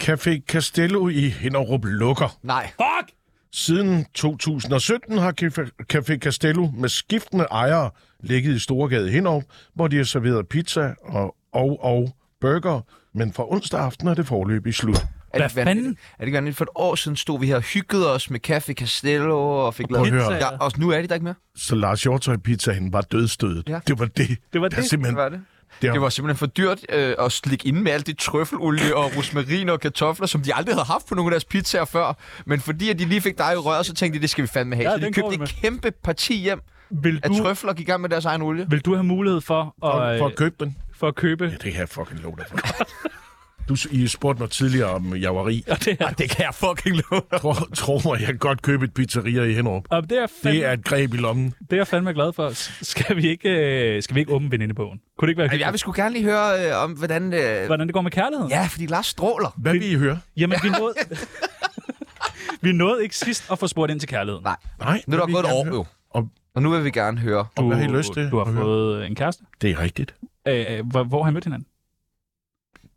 Speaker 6: Café Castello i Hinderup lukker.
Speaker 1: Nej.
Speaker 6: Fuck! Siden 2017 har Café- Café Castello med skiftende ejere ligget i Storgade i Hinderup, hvor de har serveret pizza og, og, og burger, men fra onsdag aften er det forløb i slut.
Speaker 1: Er det fanden? Er det ikke for et år siden stod vi her og hyggede os med kaffe Castello og fik
Speaker 6: Prøv at
Speaker 1: lavet...
Speaker 6: høre.
Speaker 1: Ja, og nu er de der ikke mere.
Speaker 6: Så Lars Hjortøj-pizzaen var dødstødet.
Speaker 1: Ja.
Speaker 6: Det var det.
Speaker 1: Det var
Speaker 6: Der
Speaker 1: det.
Speaker 6: Simpelthen,
Speaker 1: Det var det.
Speaker 6: Det,
Speaker 1: Det var simpelthen for dyrt øh, at slikke ind med alt det trøffelolie og rosmarin og kartofler, som de aldrig havde haft på nogle af deres pizzaer før. Men fordi at de lige fik dig i røret, så tænkte de, det skal vi fandme have.
Speaker 2: Ja,
Speaker 1: så de
Speaker 2: den går vi
Speaker 1: købte
Speaker 2: med.
Speaker 1: et kæmpe parti hjem
Speaker 2: Vil
Speaker 1: af
Speaker 2: du-
Speaker 1: trøfler og gik i gang med deres egen olie.
Speaker 2: Vil du have mulighed for at...
Speaker 6: for at købe den?
Speaker 2: For at købe... Ja,
Speaker 6: øh, det kan jeg fucking love dig for. Du, I spurgte mig tidligere, om jeg var rig. Ja,
Speaker 2: det,
Speaker 6: er...
Speaker 1: det kan jeg fucking love
Speaker 6: dig Tro, tro mig, jeg kan godt købe et pizzeria i Hinderup.
Speaker 2: Og det er fandme-
Speaker 6: det er et greb i lommen.
Speaker 2: Det er jeg fandme glad for. S- Skal vi ikke, øh, skal vi ikke åbne venindebogen? Kunne det ikke være
Speaker 1: Jeg vil sgu gerne lige høre øh, om, hvordan... Øh...
Speaker 2: Hvordan det går med kærligheden?
Speaker 1: Ja, fordi Lars stråler.
Speaker 6: Hvad vil I høre?
Speaker 2: Jamen, vi nåede... vi nåede ikke sidst at få spurgt ind til kærligheden.
Speaker 1: Nej.
Speaker 6: Nej.
Speaker 1: Nu er der gået et år, jo.
Speaker 6: Og,
Speaker 1: og nu vil vi gerne høre...
Speaker 2: Du,
Speaker 6: hvad har I lyst til
Speaker 2: du har
Speaker 6: at høre?
Speaker 2: fået en kæreste.
Speaker 6: Det er rigtigt.
Speaker 2: Øh, øh, hvor, hvor har I mødt hinanden?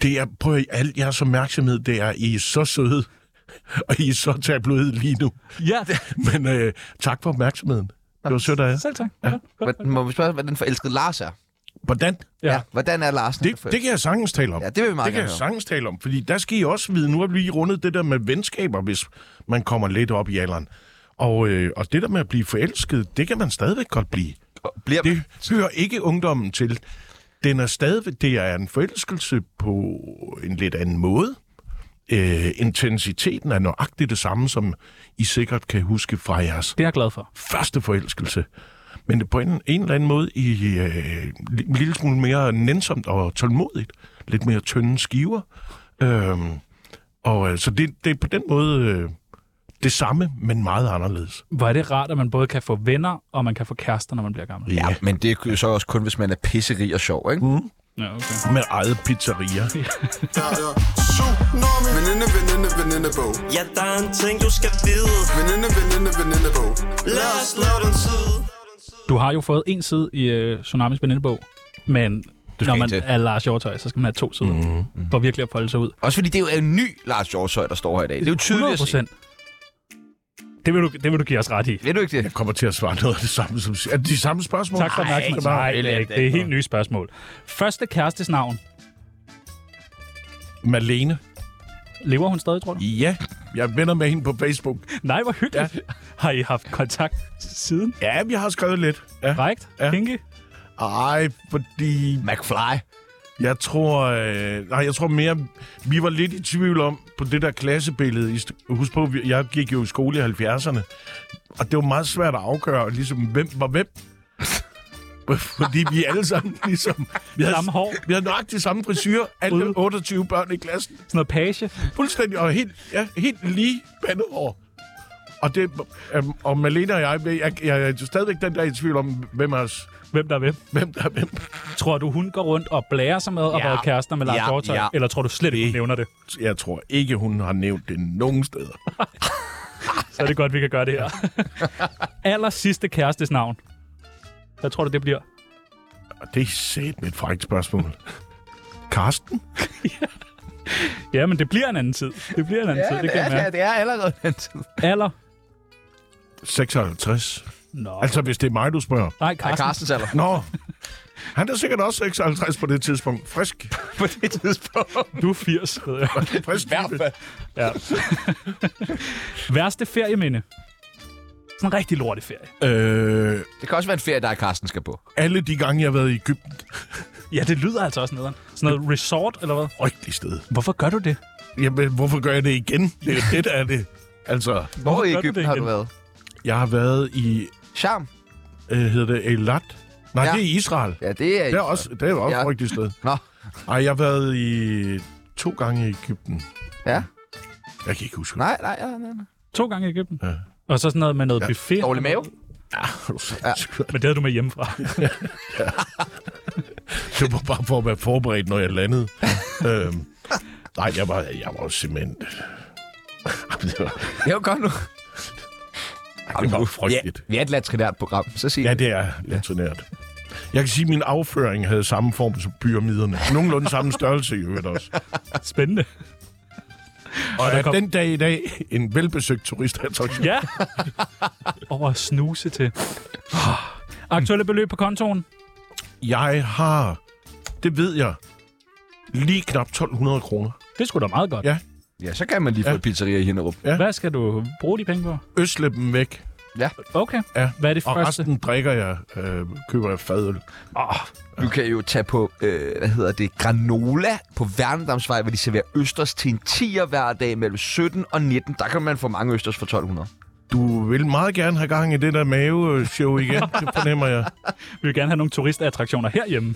Speaker 6: Det er, prøv at, al jeres opmærksomhed, det er, I er så søde, og I er så tabloid lige nu.
Speaker 2: Ja.
Speaker 6: Men øh, tak for opmærksomheden. Det var sødt af jer.
Speaker 2: Selv tak.
Speaker 1: Hvordan, må vi spørge, hvordan forelsket Lars er?
Speaker 6: Hvordan?
Speaker 1: Ja. ja hvordan er Lars?
Speaker 6: Det, det kan jeg sagtens tale om.
Speaker 1: Ja, det vil vi meget
Speaker 6: det kan
Speaker 1: gerne
Speaker 6: jeg
Speaker 1: høre.
Speaker 6: sagtens tale om, fordi der skal I også vide, nu har vi lige rundet det der med venskaber, hvis man kommer lidt op i alderen. Og, øh, og det der med at blive forelsket, det kan man stadigvæk godt blive.
Speaker 1: Bliver
Speaker 6: det hører ikke ungdommen til. Den er stadigvæk, det er en forelskelse på en lidt anden måde. Øh, intensiteten er nøjagtigt det samme, som I sikkert kan huske fra jeres
Speaker 2: Det er jeg glad for.
Speaker 6: første forelskelse. Men på en, en eller anden måde i øh, en lille smule mere nænsomt og tålmodigt. Lidt mere tynde skiver. Øhm, og øh, så det, det er på den måde øh, det samme, men meget anderledes.
Speaker 2: Hvor er det rart, at man både kan få venner, og man kan få kærester, når man bliver gammel.
Speaker 1: Ja, men det er jo så også kun, hvis man er pisserig og sjov, ikke?
Speaker 6: Mm.
Speaker 2: Ja, okay.
Speaker 6: Med eget pizzeria.
Speaker 14: Tsunami Veninde, veninde, veninde bog
Speaker 8: Ja, der er en ting, du skal vide
Speaker 14: Veninde, veninde, veninde bog
Speaker 8: Lad os slå den tid
Speaker 2: Du har jo fået en side i øh, Tsunamis venindebog, men når man
Speaker 1: til.
Speaker 2: er Lars Hjortøj, så skal man have to sider, mm-hmm. for virkelig at folde sig ud.
Speaker 1: Også fordi det jo er en ny Lars Hjortøj, der står her i dag. Det er jo tydeligt
Speaker 2: 100
Speaker 1: at se.
Speaker 2: procent. Det vil, du, det vil du give os ret i.
Speaker 1: Ved du ikke det?
Speaker 6: Jeg kommer til at svare noget af det samme. Som, er det de samme spørgsmål?
Speaker 2: Tak for opmærksomheden. Nej,
Speaker 6: Ej,
Speaker 2: det er ikke. Det er helt nye spørgsmål. Første kærestes navn.
Speaker 6: Malene.
Speaker 2: Lever hun stadig, tror du?
Speaker 6: Ja, jeg er venner med hende på Facebook.
Speaker 2: Nej, hvor hyggeligt. Ja. Har I haft kontakt siden?
Speaker 6: Ja, vi har skrevet lidt. Ja.
Speaker 2: Frægt? Ja. Kinky?
Speaker 6: Ej, fordi...
Speaker 1: McFly.
Speaker 6: Jeg tror, øh, nej, jeg tror mere, vi var lidt i tvivl om på det der klassebillede. I st- Husk på, vi- jeg gik jo i skole i 70'erne, og det var meget svært at afgøre, ligesom, hvem var hvem. Fordi vi alle sammen ligesom... Vi havde,
Speaker 2: Samme hår.
Speaker 6: Vi havde nok de samme frisyrer, alle 28 børn i klassen. Sådan
Speaker 2: noget page.
Speaker 6: Fuldstændig, og helt, ja, helt lige pandehår. Og, det, øhm, og Malene og jeg, jeg, jeg, er stadigvæk den der i tvivl om, hvem er os.
Speaker 2: Hvem der er hvem?
Speaker 6: Hvem der er hvem.
Speaker 2: Tror du, hun går rundt og blærer sig med og ja.
Speaker 6: Ja.
Speaker 2: været kærester med Lars
Speaker 6: Ja,
Speaker 2: Hjortøj?
Speaker 6: ja.
Speaker 2: Eller tror du slet ikke, hun nævner det?
Speaker 6: Jeg tror ikke, hun har nævnt det nogen steder.
Speaker 2: Så er det godt, vi kan gøre det her. Aller sidste kærestes navn. Hvad tror du, det bliver?
Speaker 6: Og det er sæt med et frækt spørgsmål. Karsten?
Speaker 2: Ja, men det bliver en anden tid. Det bliver en anden tid, det kan jeg mærke.
Speaker 1: det er allerede den tid.
Speaker 2: Alder?
Speaker 6: 56.
Speaker 2: Nå.
Speaker 6: Altså, hvis det er mig, du spørger.
Speaker 2: Nej, Carsten.
Speaker 1: Carstens alder.
Speaker 6: Nå, Han er sikkert også 56 på det tidspunkt. Frisk.
Speaker 1: på det tidspunkt.
Speaker 2: Du er 80, ved jeg.
Speaker 6: Frisk. type.
Speaker 2: Ja. Værste ferieminde? Sådan en rigtig lorte ferie.
Speaker 6: Øh,
Speaker 1: Det kan også være en ferie, der er Carsten skal på.
Speaker 6: alle de gange, jeg har været i Ægypten.
Speaker 2: Ja, det lyder altså også nederen. Sådan noget resort, eller hvad?
Speaker 6: Rigtig sted.
Speaker 2: Hvorfor gør du det?
Speaker 6: Jamen, øh, hvorfor gør jeg det igen? Det er jo det, der er det. Altså,
Speaker 1: Hvor i
Speaker 2: gør du
Speaker 1: Ægypten
Speaker 2: det
Speaker 1: har du
Speaker 2: igen?
Speaker 1: været?
Speaker 6: jeg har været i,
Speaker 1: Charm.
Speaker 6: øh, hedder det Elat? Nej,
Speaker 1: Ja.
Speaker 6: ja. det er i Israel.
Speaker 1: Ja, det er...
Speaker 6: Det er også, det er jo også
Speaker 1: Ja.
Speaker 6: ja. rigtigt sted.
Speaker 1: Nå,
Speaker 6: Ej, jeg har været i to gange i Ægypten.
Speaker 1: ja.
Speaker 6: Jeg kan ikke huske.
Speaker 1: Nej, nej, nej, nej. nej.
Speaker 2: To gange i Ægypten?
Speaker 6: Ja.
Speaker 2: Og så sådan noget med noget ja. buffet.
Speaker 1: Dårlig mave?
Speaker 6: Er du sindssyg?
Speaker 2: Men det havde du med hjemmefra.
Speaker 6: Det var bare for at være forberedt, når jeg landede. øhm, nej, jeg var, jeg var jo simpelthen... det var,
Speaker 1: Det er jo godt nu.
Speaker 6: det var frygteligt.
Speaker 1: Ja, vi er et latrinært program, så sig
Speaker 6: Ja, det er latrinært. Jeg kan sige, at min afføring havde samme form som pyramiderne. Nogenlunde samme størrelse i øvrigt også.
Speaker 2: Spændende.
Speaker 6: Og
Speaker 2: der
Speaker 6: er
Speaker 2: kom-
Speaker 6: den dag i dag en velbesøgt turistattraktion.
Speaker 2: Ja. Over at snuse til. Aktuelle beløb på kontoen?
Speaker 6: Jeg har, det ved jeg, lige knap 1200 kroner.
Speaker 2: Det skulle da meget godt.
Speaker 6: Ja.
Speaker 1: Ja, så kan man lige få
Speaker 6: Ja.
Speaker 1: et pizzeria i Hinderup.
Speaker 2: Hvad skal du bruge de penge på?
Speaker 6: Øsle dem væk,
Speaker 2: Okay.
Speaker 6: Ja.
Speaker 2: Hvad er det
Speaker 6: og
Speaker 2: første?
Speaker 6: resten drikker jeg, øh, køber jeg fadøl.
Speaker 2: Ah.
Speaker 1: Du kan jo tage på, øh, hvad hedder det, granola på Værnedamsvej, hvor de serverer østers til en 10'er hver dag mellem 17 og 19. Der kan man få mange østers for 1200.
Speaker 6: Du vil meget gerne have gang i det der maveshow igen, det fornemmer jeg.
Speaker 2: Vi vil gerne have nogle turistattraktioner herhjemme.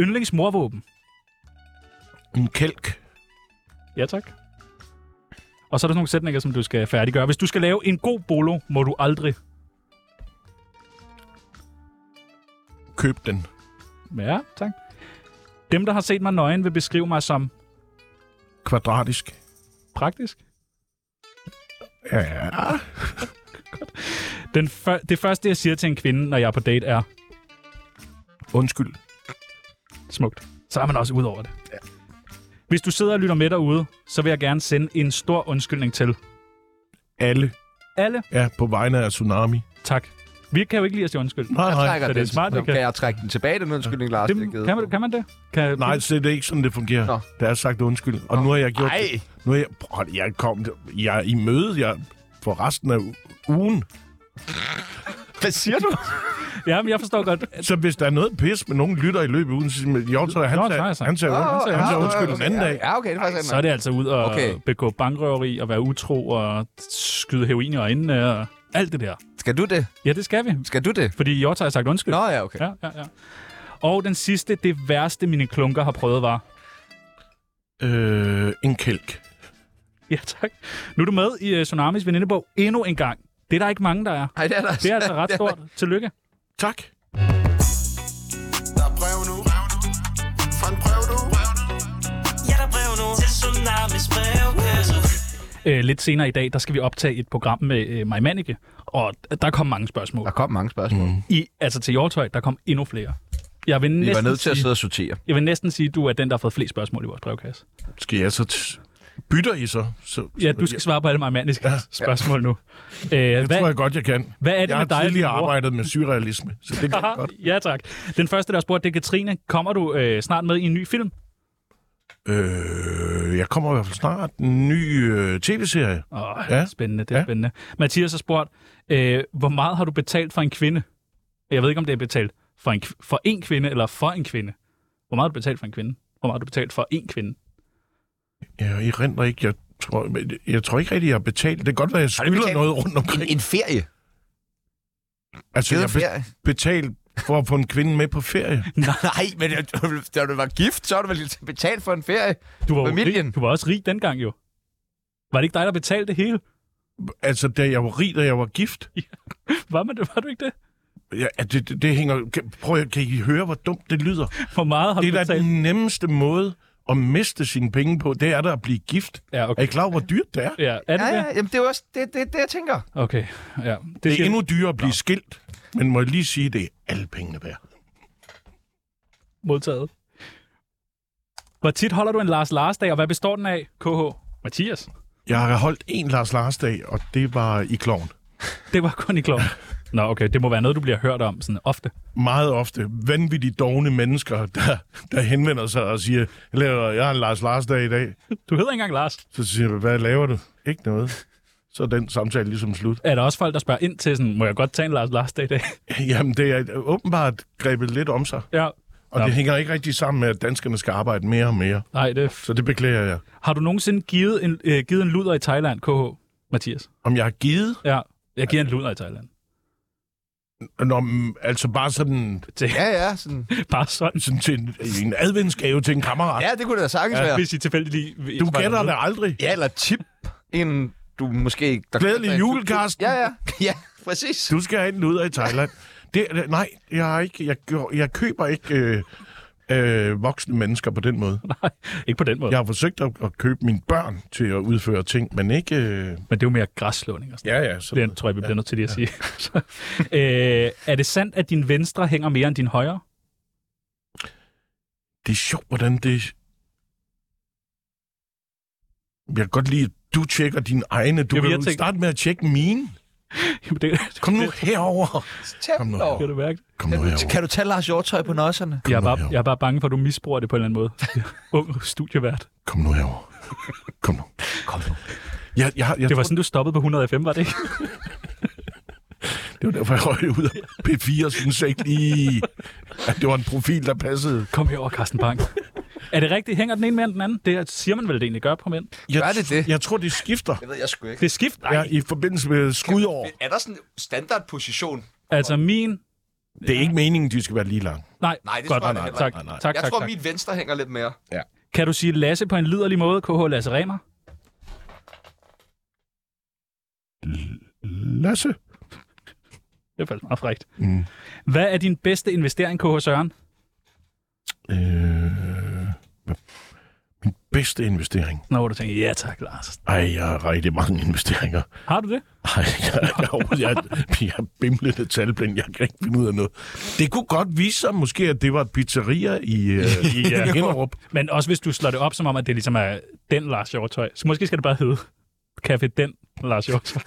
Speaker 2: Yndlings morvåben.
Speaker 6: En kælk.
Speaker 2: Ja, tak. Og så er der sådan nogle sætninger, som du skal færdiggøre. Hvis du skal lave en god bolo, må du aldrig...
Speaker 6: Køb den.
Speaker 2: Ja, tak. Dem, der har set mig nøgen, vil beskrive mig som
Speaker 6: Kvadratisk.
Speaker 2: praktisk.
Speaker 6: Ja.
Speaker 2: Den før, det første, jeg siger til en kvinde, når jeg er på date, er
Speaker 6: Undskyld.
Speaker 2: smukt. Så er man også ud over det. Ja. Hvis du sidder og lytter med derude, så vil jeg gerne sende en stor undskyldning til
Speaker 6: Alle
Speaker 2: alle.
Speaker 6: er på vegne af tsunami.
Speaker 2: Tak. Vi kan jo ikke lide at sige undskyld.
Speaker 6: Nej,
Speaker 1: Jeg
Speaker 6: nej.
Speaker 1: trækker
Speaker 2: så det er
Speaker 1: den.
Speaker 2: smart, det
Speaker 1: kan.
Speaker 2: kan.
Speaker 1: jeg trække den tilbage, den undskyldning, Lars?
Speaker 2: Dem, kan, man, kan man det? Kan,
Speaker 6: Nej, så det er ikke sådan, det fungerer.
Speaker 1: Nå.
Speaker 6: Der er sagt undskyld. Og nu har jeg gjort
Speaker 1: Ej.
Speaker 6: det. Nu er jeg, prøv, jeg, kom, jeg er i møde jeg, for resten af u- ugen.
Speaker 1: Hvad siger du?
Speaker 2: Ja, men jeg forstår godt.
Speaker 6: Så hvis der er noget pis med nogen lytter i løbet af ugen, så siger man, jo, så han,
Speaker 2: Nå,
Speaker 6: sagde-
Speaker 2: så har jeg
Speaker 6: han,
Speaker 2: sagt.
Speaker 6: sagde, han, sagde, han, sagde, han sagde undskyld den anden dag.
Speaker 1: Ja, okay, det er faktisk
Speaker 2: Så er det altså ud og
Speaker 1: Okay.
Speaker 2: okay. begå bankrøveri og være utro og skyde heroin i øjnene og alt det der.
Speaker 1: Skal du det?
Speaker 2: Ja, det skal vi.
Speaker 1: Skal du det?
Speaker 2: Fordi Jota har sagt undskyld.
Speaker 1: Nå ja, okay.
Speaker 2: Ja, ja, ja. Og den sidste, det værste mine klunker har prøvet var...
Speaker 6: Øh, en kælk.
Speaker 2: Ja, tak. Nu er du med i uh, Tsunamis venindebog endnu en gang. Det er der ikke mange, der er.
Speaker 1: Ej, det er der
Speaker 2: Det er altså ret stort. Tillykke.
Speaker 6: Tak.
Speaker 14: Der er brev nu. Fra en brev nu.
Speaker 8: Ja, der er brev nu til Tsunamis brevkasse.
Speaker 2: Uh, lidt senere i dag, der skal vi optage et program med uh, Maj Manike, og der kom mange spørgsmål.
Speaker 1: Der kom mange spørgsmål. Mm.
Speaker 2: I, altså til Hjortøj, der kom endnu flere. Jeg vil,
Speaker 1: Vi var
Speaker 2: næsten
Speaker 1: nødt til at
Speaker 2: sige,
Speaker 1: sidde og sortere.
Speaker 2: jeg vil næsten sige, at du er den, der har fået flest spørgsmål i vores brevkasse.
Speaker 6: Skal jeg så... T- bytter I så? så
Speaker 2: Ja, du skal svare på alle marimandiske ja. spørgsmål nu. Øh,
Speaker 6: Det tror
Speaker 2: hvad,
Speaker 6: jeg godt, jeg kan.
Speaker 2: hvad er det
Speaker 6: Jeg har
Speaker 2: med dig? og din
Speaker 6: tidligere
Speaker 2: mor? Ah,
Speaker 6: arbejdet med surrealisme, så det kan jeg godt.
Speaker 2: ja, tak. Den første, der har spurgt, det er Katrine. Kommer du øh, snart med i en ny film?
Speaker 6: Øh, jeg kommer i hvert fald snart en ny øh, tv-serie.
Speaker 2: Åh, ja.
Speaker 6: Ja.
Speaker 2: spændende, det er ja.
Speaker 6: Ja.
Speaker 2: spændende. Mathias har spurgt, øh, hvor meget har du betalt for en kvinde? Jeg ved ikke, om det er betalt for en, kv- for en kvinde eller for en kvinde. Hvor meget har du betalt for en kvinde? Hvor meget har du betalt for en kvinde?
Speaker 6: Jeg erindrer ikke, jeg tror, men jeg tror ikke rigtig, jeg har betalt. Det kan godt være, jeg
Speaker 1: du
Speaker 6: skylder
Speaker 1: betalt?
Speaker 6: noget rundt
Speaker 1: En,
Speaker 6: omkring.
Speaker 1: en ferie.
Speaker 6: Altså,
Speaker 1: Givet
Speaker 6: jeg har
Speaker 1: ferie.
Speaker 6: be- betalt for at få en kvinde med på ferie.
Speaker 1: Nej, men da du var gift, så var du vel betalt for en ferie?
Speaker 2: Du var, jo
Speaker 1: Familien.
Speaker 2: Rig, du var også rig dengang jo. Var det ikke dig, der betalte det hele?
Speaker 6: Altså, da jeg var rig, da jeg var gift.
Speaker 2: Var, man, var du ikke det?
Speaker 6: Ja, det, det, det hænger... Kan, prøv at kan I høre, hvor dumt det lyder?
Speaker 2: Hvor meget har
Speaker 6: Det
Speaker 2: du
Speaker 6: er da
Speaker 2: betalt?
Speaker 6: den nemmeste måde at miste sine penge på, det er da at blive gift.
Speaker 2: Ja,
Speaker 6: Er I
Speaker 2: okay.
Speaker 6: klar over, hvor dyrt det er?
Speaker 2: Ja, er det
Speaker 1: Ja,
Speaker 2: det?
Speaker 1: ja, jamen det er jo også det, det, det jeg tænker.
Speaker 2: Okay, ja.
Speaker 6: Det er
Speaker 2: siger-
Speaker 6: endnu dyrere at blive skilt, men må jeg lige sige, det er alle pengene værd.
Speaker 2: modtaget. Hvor tit holder du en Lars Lars-dag, og hvad består den af, KH? Mathias?
Speaker 6: Jeg har holdt en Lars Lars-dag, og det var i Kloven.
Speaker 2: Det var kun i klokken. Nå, okay, det må være noget, du bliver hørt om sådan ofte.
Speaker 6: Meget ofte. Vanvittigt dogne mennesker, der, der henvender sig og siger, jeg, laver, jeg har en Lars Lars dag i dag.
Speaker 2: Du hedder ikke engang Lars.
Speaker 6: Så siger du, hvad laver du? Ikke noget. Så er den samtale ligesom slut.
Speaker 2: Er der også folk, der spørger ind til sådan, må jeg godt tage en Lars Lars dag i dag?
Speaker 6: Jamen, det er åbenbart grebet lidt om sig.
Speaker 2: Ja.
Speaker 6: Og
Speaker 2: Nå.
Speaker 6: det hænger ikke rigtig sammen med, at danskerne skal arbejde mere og mere.
Speaker 2: Nej, det...
Speaker 6: Så det beklager jeg.
Speaker 2: Har du nogensinde givet en, øh, givet en luder i Thailand, KH, Mathias?
Speaker 6: Om jeg har givet?
Speaker 2: Ja, jeg giver en luder i Thailand.
Speaker 6: Nå, men, altså bare sådan...
Speaker 2: Til,
Speaker 1: Ja, ja. Sådan.
Speaker 2: bare sådan.
Speaker 6: sådan til en, en adventsgave til en kammerat.
Speaker 1: Ja, det kunne det da sagtens være.
Speaker 2: Hvis I tilfældig lige...
Speaker 6: Du gætter det aldrig.
Speaker 1: Ja, eller tip, en du måske... ikke- Der
Speaker 6: Glædelig jul, Carsten.
Speaker 1: Ja, ja. Ja, præcis.
Speaker 6: Du skal have en luder i Thailand. Det, det- nej, jeg, har ikke, jeg, gør- jeg køber ikke øh, øh, voksne mennesker på den måde.
Speaker 2: Nej, ikke på den måde.
Speaker 6: Jeg har forsøgt at, at købe mine børn til at udføre ting, men ikke... Øh,
Speaker 2: Men det er jo mere græsslåning og sådan
Speaker 6: Ja, ja. Så
Speaker 2: Det er- tror jeg, vi bliver nødt til lige at sige. Så, øh, er det sandt, at din venstre hænger mere end din højre?
Speaker 6: Det er sjovt, hvordan det... Jeg kan godt lide, at du tjekker dine egne. Du
Speaker 2: Jamen, jeg
Speaker 6: Jamen, kan
Speaker 2: tænker-
Speaker 6: tænker... starte med at tjekke mine.
Speaker 2: Jamen, det,
Speaker 6: Kom nu herover. Kom nu
Speaker 2: Kan du
Speaker 6: herover.
Speaker 2: mærke det?
Speaker 6: Kom nu herover.
Speaker 1: Kan du tage Lars Hjortøj på nosserne?
Speaker 2: Jeg er, bare, jeg er bare bange for, at du misbruger det på en eller anden måde. Ung studievært.
Speaker 6: Kom nu herover. Kom nu.
Speaker 1: Kom nu.
Speaker 6: Jeg, jeg, jeg,
Speaker 2: Det var sådan, du stoppede på 105, var det ikke?
Speaker 6: Det var derfor, jeg røg ud af P4 og synes jeg ikke lige, at det var en profil, der passede.
Speaker 2: Kom herover, Carsten Bang. Er det rigtigt? Hænger den ene mere end den anden? Det siger man vel, det egentlig gør på mænd.
Speaker 6: Jeg, Gør det det? Jeg tror, det skifter
Speaker 1: Det ved jeg sgu ikke.
Speaker 2: Det skift, nej.
Speaker 6: ja, i forbindelse med skudår.
Speaker 1: Er der sådan en standardposition?
Speaker 2: Altså min...
Speaker 6: Det er ikke meningen, de skal være lige lang.
Speaker 2: Nej,
Speaker 1: Nej, det
Speaker 2: godt,
Speaker 1: tror jeg
Speaker 2: nej,
Speaker 1: heller
Speaker 2: tak,
Speaker 1: ikke.
Speaker 2: tak, tak,
Speaker 1: jeg tror,
Speaker 2: tak.
Speaker 1: mit venstre hænger lidt mere.
Speaker 6: Ja.
Speaker 2: Kan du sige Lasse på en liderlig måde, KH Lasse Remer?
Speaker 6: Lasse?
Speaker 2: Det er faktisk meget frægt.
Speaker 6: Mm.
Speaker 2: Hvad er din bedste investering, KH Søren?
Speaker 6: Øh, min bedste investering.
Speaker 2: Nå, hvor du tænker, ja tak, Lars.
Speaker 6: Ej, jeg har rigtig mange investeringer.
Speaker 2: Har du det?
Speaker 6: Ej, jeg, jeg, jeg, jeg er bimlende talblind. Jeg kan ikke finde ud af noget. Det kunne godt vise sig måske, at det var et pizzeria i, øh, i øh, Hinderup.
Speaker 2: Men også hvis du slår det op, som om, at det ligesom er den Lars Hjortøj. Så måske skal det bare hedde Café Den Lars Hjortøj.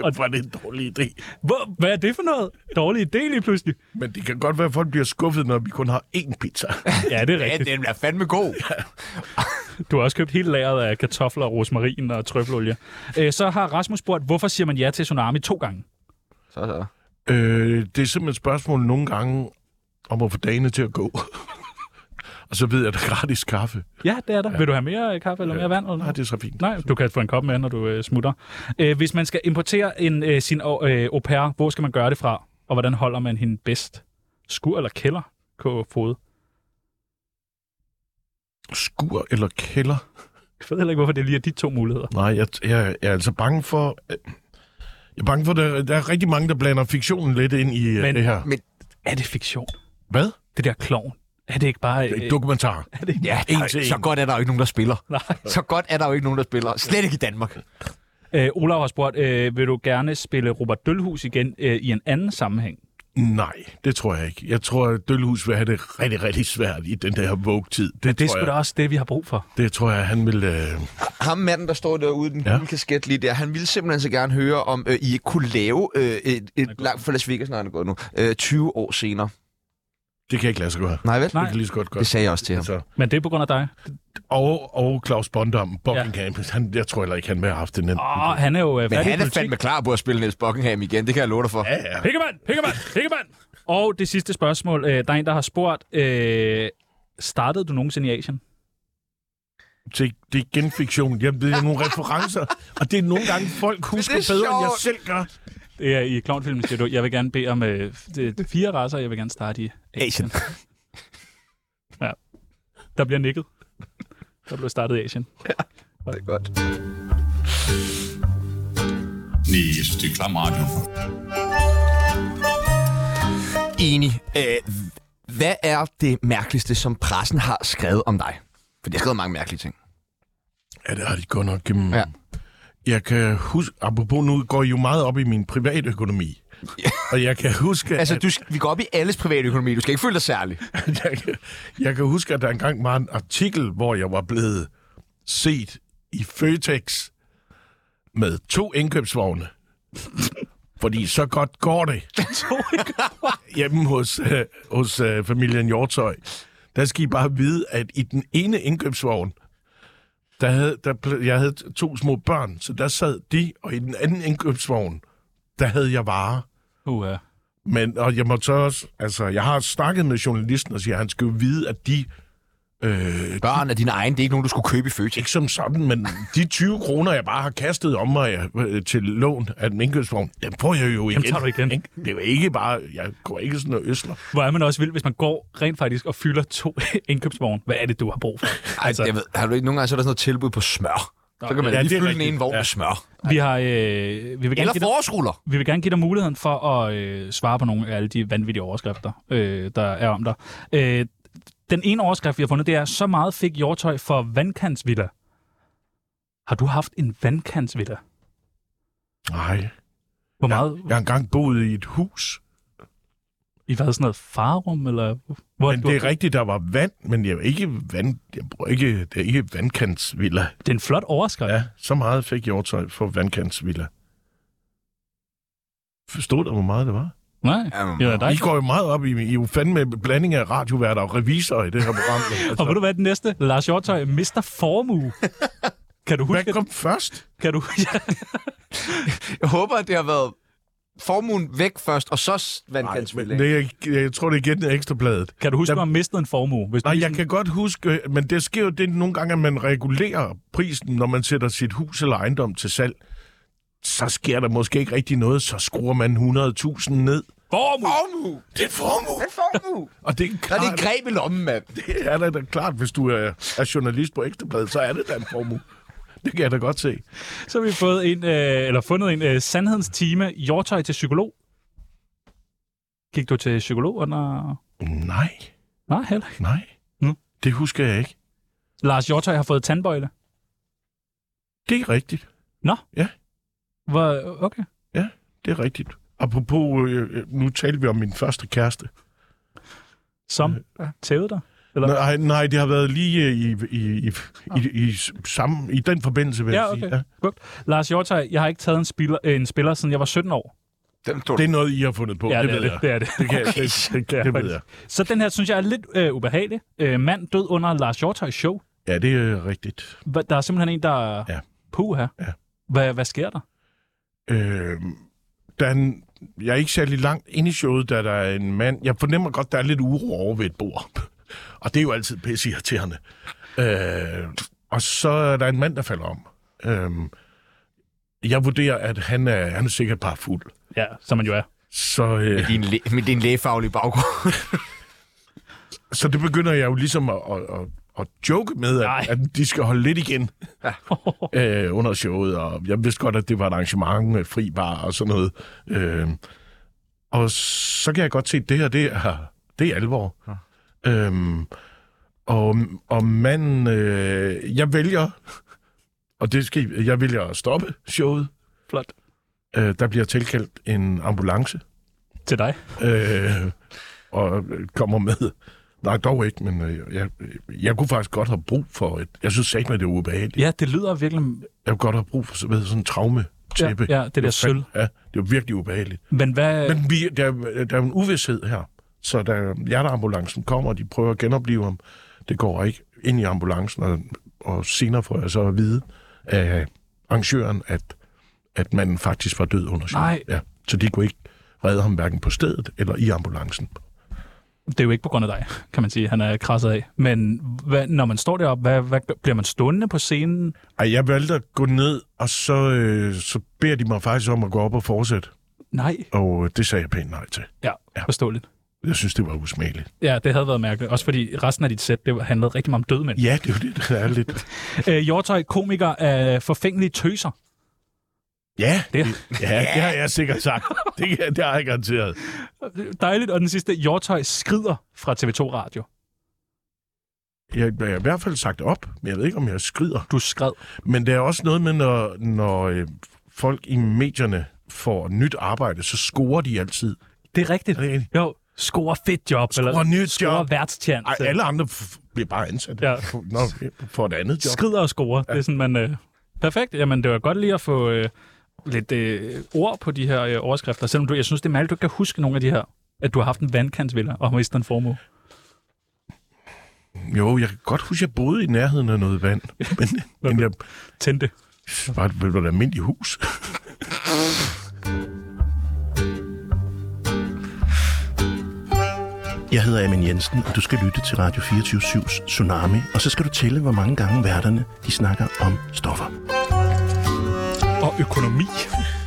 Speaker 6: Og var det en dårlig idé.
Speaker 2: Hvor, hvad er det for noget? Dårlig idé lige pludselig.
Speaker 6: Men det kan godt være, at folk bliver skuffet, når vi kun har én pizza.
Speaker 2: Ja, det er rigtigt.
Speaker 1: den er fandme god.
Speaker 2: Du har også købt hele lageret af kartofler, rosmarin og trøffelolie. Øh, Så har Rasmus spurgt, hvorfor siger man ja til Tsunami to gange?
Speaker 1: Så, så.
Speaker 6: øh, det er simpelthen et spørgsmål nogle gange om at få dagene til at gå. og så ved jeg, at der er gratis kaffe.
Speaker 2: Ja, det er der. Ja. Vil du have mere øh, kaffe eller mere vand? Eller
Speaker 6: Nej, det er så fint.
Speaker 2: Nej, du kan få en kop med, når du øh, smutter. Øh, hvis man skal importere en, øh, sin au, øh, au pair, hvor skal man gøre det fra? Og hvordan holder man hende bedst? Skur eller kælder? K. Fod.
Speaker 6: Skur eller kælder?
Speaker 2: Jeg ved heller ikke, hvorfor det lige er de to muligheder.
Speaker 6: Nej, jeg, jeg, jeg er altså bange for... øh, Jeg er bange for, at der, der er rigtig mange, der blander fiktionen lidt ind i men,
Speaker 2: Men-
Speaker 6: det her.
Speaker 1: Men
Speaker 2: Er det fiktion?
Speaker 6: Hvad?
Speaker 2: Det der klovn. Er det ikke bare... øh,
Speaker 6: Det er en dokumentar.
Speaker 2: er det,
Speaker 1: ja,
Speaker 6: En
Speaker 1: der,
Speaker 6: til en.
Speaker 1: så godt er der jo ikke nogen, der spiller.
Speaker 2: Nej.
Speaker 1: Så godt er der jo ikke nogen, der spiller. Slet ikke i Danmark.
Speaker 2: Øh, Olav har spurgt, øh, vil du gerne spille Robert Dølhus igen øh, i en anden sammenhæng?
Speaker 6: Nej, det tror jeg ikke. Jeg tror, at Dølhus vil have det rigtig, rigtig svært i den der Vogue-tid. Det,
Speaker 2: Det er
Speaker 6: tror
Speaker 2: sgu
Speaker 6: jeg,
Speaker 2: da også det, vi har brug for.
Speaker 6: det tror jeg, han vil... Øh...
Speaker 1: Ham manden, der står derude i den
Speaker 6: Ja.
Speaker 1: ja. kasket lige der, han ville simpelthen så gerne høre, om øh, I ikke kunne lave øh, et, et langt for Las Vegas, nej, det er gået nu, øh, 20 år senere.
Speaker 6: Det kan jeg ikke lade sig gøre.
Speaker 1: Nej vel?
Speaker 2: Nej.
Speaker 6: Det kan lige så godt gøre.
Speaker 1: Det sagde jeg også til ham.
Speaker 6: Altså,
Speaker 2: Men det er på grund af dig.
Speaker 6: og, og Claus Bondam, Buckingham. Ja. Han, jeg tror heller ikke, han vil have haft den. anden.
Speaker 2: Åh, han er jo øh,
Speaker 1: Men
Speaker 2: færdig i
Speaker 1: han er
Speaker 2: politik.
Speaker 1: fandme klar på at spille Niels Buckingham igen, det kan jeg love dig for.
Speaker 6: Ja, ja.
Speaker 2: Pikkemand! Pikkemand! Pikkemand! Og det sidste spørgsmål. Øh, der er en, der har spurgt, øh, startede du nogensinde i Asien?
Speaker 6: Det, det er genfiktion. Jeg ved, nogle referencer. Og det er nogle gange, folk husker bedre, end jeg
Speaker 1: sjovt.
Speaker 6: selv gør.
Speaker 2: Det er i klovnfilmen, siger du, jeg vil gerne bede om øh, det er fire raser, jeg vil gerne starte i Asien.
Speaker 1: Asien.
Speaker 2: ja. Der bliver nikket. Der blev startet i Asien.
Speaker 1: Det er godt.
Speaker 15: Nej, jeg synes, det er klam radio.
Speaker 1: Enig. Øh, hvad er det mærkeligste, som pressen har skrevet om dig? For de har skrevet mange mærkelige ting.
Speaker 6: Ja, det har de godt nok gennem.
Speaker 1: Ja.
Speaker 6: Ja. Jeg kan huske, apropos nu går I jo meget op i min privatøkonomi. Og jeg kan huske,
Speaker 1: Altså,
Speaker 6: at,
Speaker 1: du, sk- vi går op i alles private økonomi. Du skal ikke føle dig særlig.
Speaker 6: jeg, kan, jeg kan huske, at der engang var en artikel, hvor jeg var blevet set i Føtex med to indkøbsvogne. Fordi så godt går det. Hjemme hos, øh, hos øh, familien Hjortøj, der skal I bare vide, at i den ene indkøbsvogn, der havde, der, pl- jeg havde to små børn, så der sad de, og i den anden indkøbsvogn, der havde jeg varer.
Speaker 2: Uh,
Speaker 6: Men, og jeg må så også, altså, jeg har snakket med journalisten og siger, at han skal jo vide, at de... Øh,
Speaker 1: Børn er dine egne, det er ikke nogen, du skulle købe i Føtex.
Speaker 6: Ikke som sådan, men de 20 kroner, jeg bare har kastet om mig øh, til lån af den indkøbsvogn, dem får jeg jo igen.
Speaker 2: Dem tager du igen.
Speaker 6: ikke? Det er jo ikke bare, jeg går ikke sådan og øsler.
Speaker 2: Hvor er man også vild, hvis man går rent faktisk og fylder to indkøbsvogne. Hvad er det, du har brug for?
Speaker 1: Altså, jeg ved, har du ikke nogle gange, så er der sådan noget tilbud på smør. Så kan man ja, lige fylde den ene vogn ja. med smør.
Speaker 2: Vi har... Øh, vi vil
Speaker 1: Eller
Speaker 2: give dig-
Speaker 1: forårsruller.
Speaker 2: Vi vil gerne give dig muligheden for at øh, svare på nogle af alle de vanvittige overskrifter, øh, der er om dig. Øh, den ene overskrift, vi har fundet, det er, så meget fik Hjortøj for vandkantsvilla. Har du haft en vandkantsvilla?
Speaker 6: Nej.
Speaker 2: Hvor meget?
Speaker 6: Jeg har engang boet i et hus.
Speaker 2: I hvad, sådan noget farum, eller... Hvor
Speaker 6: men
Speaker 2: du
Speaker 6: det er
Speaker 2: har-
Speaker 6: rigtigt, der var vand, men jeg er ikke vand, jeg bruger ikke, det er ikke vandkantsvilla.
Speaker 2: Det er en flot overskrift.
Speaker 6: Ja, så meget fik Hjortøj for vandkantsvilla. Forstod du, hvor meget det var?
Speaker 2: Nej, det var
Speaker 6: I
Speaker 2: dig.
Speaker 6: går jo meget op i, I er jo fandme en blanding af radioværter og revisorer i det her program. Altså,
Speaker 2: Og ved du hvad er det næste? Lars Hjortøj mister formue. Kan du huske
Speaker 6: Hvad kom først?
Speaker 2: Kan du...
Speaker 1: Jeg håber, at det har været formuen væk først, og så vandkantsmiddag.
Speaker 6: Nej, jeg, jeg tror, det er igen ekstrabladet.
Speaker 2: Kan du huske,
Speaker 6: Der-
Speaker 2: at man mistede en formue? Hvis
Speaker 6: Nej,
Speaker 2: du
Speaker 6: jeg kan godt huske, øh, men det sker jo det nogle gange, at man regulerer prisen, når man sætter sit hus eller ejendom til salg. Så sker der måske ikke rigtig noget, så skruer man 100.000 ned.
Speaker 2: Formue!
Speaker 1: Formue!
Speaker 6: Det er formue!
Speaker 1: Det er formue!
Speaker 6: Og det er
Speaker 1: Der
Speaker 6: klart,
Speaker 1: er det et greb i lommen, mand.
Speaker 6: det er da- da klart, hvis du er, er journalist på Ekstrabladet, så er det da en formue. Det kan jeg da godt se.
Speaker 2: Så har vi fået en, øh, eller fundet en øh, sandhedens time, Hjortøj til psykolog. Gik du til psykolog under...
Speaker 6: Nej,
Speaker 2: Nej, heller ikke.
Speaker 6: nej.
Speaker 2: Mm.
Speaker 6: Det husker jeg ikke.
Speaker 2: Lars Hjortøj har fået tandbøjle.
Speaker 6: Det er rigtigt.
Speaker 2: Nå?
Speaker 6: Ja.
Speaker 2: Hvor, okay.
Speaker 6: Ja, det er rigtigt. Apropos, øh, øh, nu talte vi om min første kæreste.
Speaker 2: Som
Speaker 6: Mm-hmm.
Speaker 2: tævede dig? Eller? Ah.
Speaker 6: Nej, nej, det har været lige øh, i, i, i, i, i, sammen, i den forbindelse, vil
Speaker 2: Ja,
Speaker 6: jeg sige.
Speaker 2: okay. Godt. Lars Hjortøj, jeg har ikke taget en spiller, øh, en spiller siden jeg var 17 år.
Speaker 1: Den tog
Speaker 6: Det er noget, I har fundet på,
Speaker 2: Ja,
Speaker 6: det,
Speaker 2: det er
Speaker 6: ved
Speaker 2: det.
Speaker 6: jeg.
Speaker 2: Det er det.
Speaker 6: Det, kan,
Speaker 2: Okay.
Speaker 6: det, det, det, det ved jeg.
Speaker 2: Så den her, synes jeg, er lidt øh, ubehagelig. Øh, mand død under Lars Hjortøjs show.
Speaker 6: Ja, det er rigtigt.
Speaker 2: Hva- Der er simpelthen en, der...
Speaker 6: Ja.
Speaker 2: Puha.
Speaker 6: Ja.
Speaker 2: Hvad, hvad sker der?
Speaker 6: Øh, der er en, jeg er ikke særlig langt inde i showet, da der er en mand... Jeg fornemmer godt, der er lidt uro over ved et bord. og det er jo altid pisse irriterende. Øh, og så er der en mand, der falder om. Øh, jeg vurderer, at han er, han er sikkert bare fuld.
Speaker 2: Ja, som man jo er.
Speaker 6: Så, øh,
Speaker 1: Din læ- med din lægefaglige baggrund.
Speaker 6: så det begynder jeg jo ligesom at, at, at, at joke med, at, at de skal holde lidt igen øh, under showet. Og jeg vidste godt, at det var et arrangement med fri bar og sådan noget. Øh, og så kan jeg godt se, at det her, det er, det er alvor. Ja. Øhm, og, og manden, øh, jeg vælger, og det skal, I- jeg vælger at stoppe showet.
Speaker 2: Flot.
Speaker 6: Øh, der bliver tilkaldt en ambulance
Speaker 2: Til dig.
Speaker 6: øh, og øh, kommer med. Nej, dog ikke, men øh, jeg, jeg kunne faktisk godt have brug for et... Jeg synes satme, det er ubehageligt.
Speaker 2: Ja, det lyder virkelig
Speaker 6: Jeg kunne godt have brug for sådan, ved, sådan en traume tæppe.
Speaker 2: Ja, ja, det der sølv.
Speaker 6: Ja, det er virkelig ubehageligt.
Speaker 2: Men hvad... Men...
Speaker 6: Men vi, der, der er jo en uvidshed her. Så da hjerteambulancen kommer, og de prøver at genopleve ham, det går ikke ind i ambulancen, og, og senere får jeg så at vide af arrangøren, at, at manden faktisk var død under showet.
Speaker 2: Nej.
Speaker 6: Ja, så de kunne ikke redde ham hverken på stedet eller i ambulancen.
Speaker 2: Det er jo ikke på grund af dig, kan man sige, han er krasset af. Men hvad, når man står deroppe, hvad, hvad, gør- bliver man stående på scenen?
Speaker 6: Ej, jeg valgte at gå ned, og så, øh, så beder de mig faktisk om at gå op og fortsætte.
Speaker 2: Nej.
Speaker 6: Og øh, det sagde jeg pænt nej til.
Speaker 2: Ja, forståeligt.
Speaker 6: Jeg synes, det var usmageligt.
Speaker 2: Ja, det havde været mærkeligt. Også fordi resten af dit sæt, det handlede rigtig meget om dødmænd.
Speaker 6: Ja, det er jo det, der er lidt.
Speaker 2: Øh, Hjortøj, komiker af forfængelige tøser.
Speaker 6: Ja,
Speaker 2: Det.
Speaker 6: ja, det har jeg sikkert sagt. Det, kan- det har jeg garanteret.
Speaker 2: Dejligt. Og den sidste, Hjortøj skrider fra TV2 Radio.
Speaker 6: Jeg, jeg har i hvert fald sagt op, men jeg ved ikke, om jeg skrider.
Speaker 2: Du skred.
Speaker 6: Men der er også noget med, når, når øh, folk i medierne får nyt arbejde, så scorer de altid.
Speaker 2: Det er rigtigt.
Speaker 6: Er det rigtigt?
Speaker 2: Jo, score fedt job.
Speaker 6: Score nyt
Speaker 2: score
Speaker 6: job.
Speaker 2: værtschance.
Speaker 6: Ej, alle andre f- bliver bare ansat.
Speaker 2: Ja.
Speaker 6: Nå, for et andet job.
Speaker 2: Skrider og scorer. Ja. Det er sådan, man... Øh, perfekt. Jamen, det var godt lige at få... Øh, lidt øh, ord på de her øh, overskrifter, selvom du, jeg synes, det er mærkeligt, du ikke kan huske nogle af de her, at du har haft en vandkantsvilla og har mistet en formue.
Speaker 6: Jo, jeg kan godt huske, at jeg boede i nærheden af noget vand. Men, men jeg...
Speaker 2: Tændte.
Speaker 6: Var det vel et almindeligt hus?
Speaker 16: Jeg hedder Amin Jensen, og du skal lytte til Radio 24-7's Tsunami, og så skal du tælle, hvor mange gange værterne de snakker om stoffer.
Speaker 2: Og økonomi.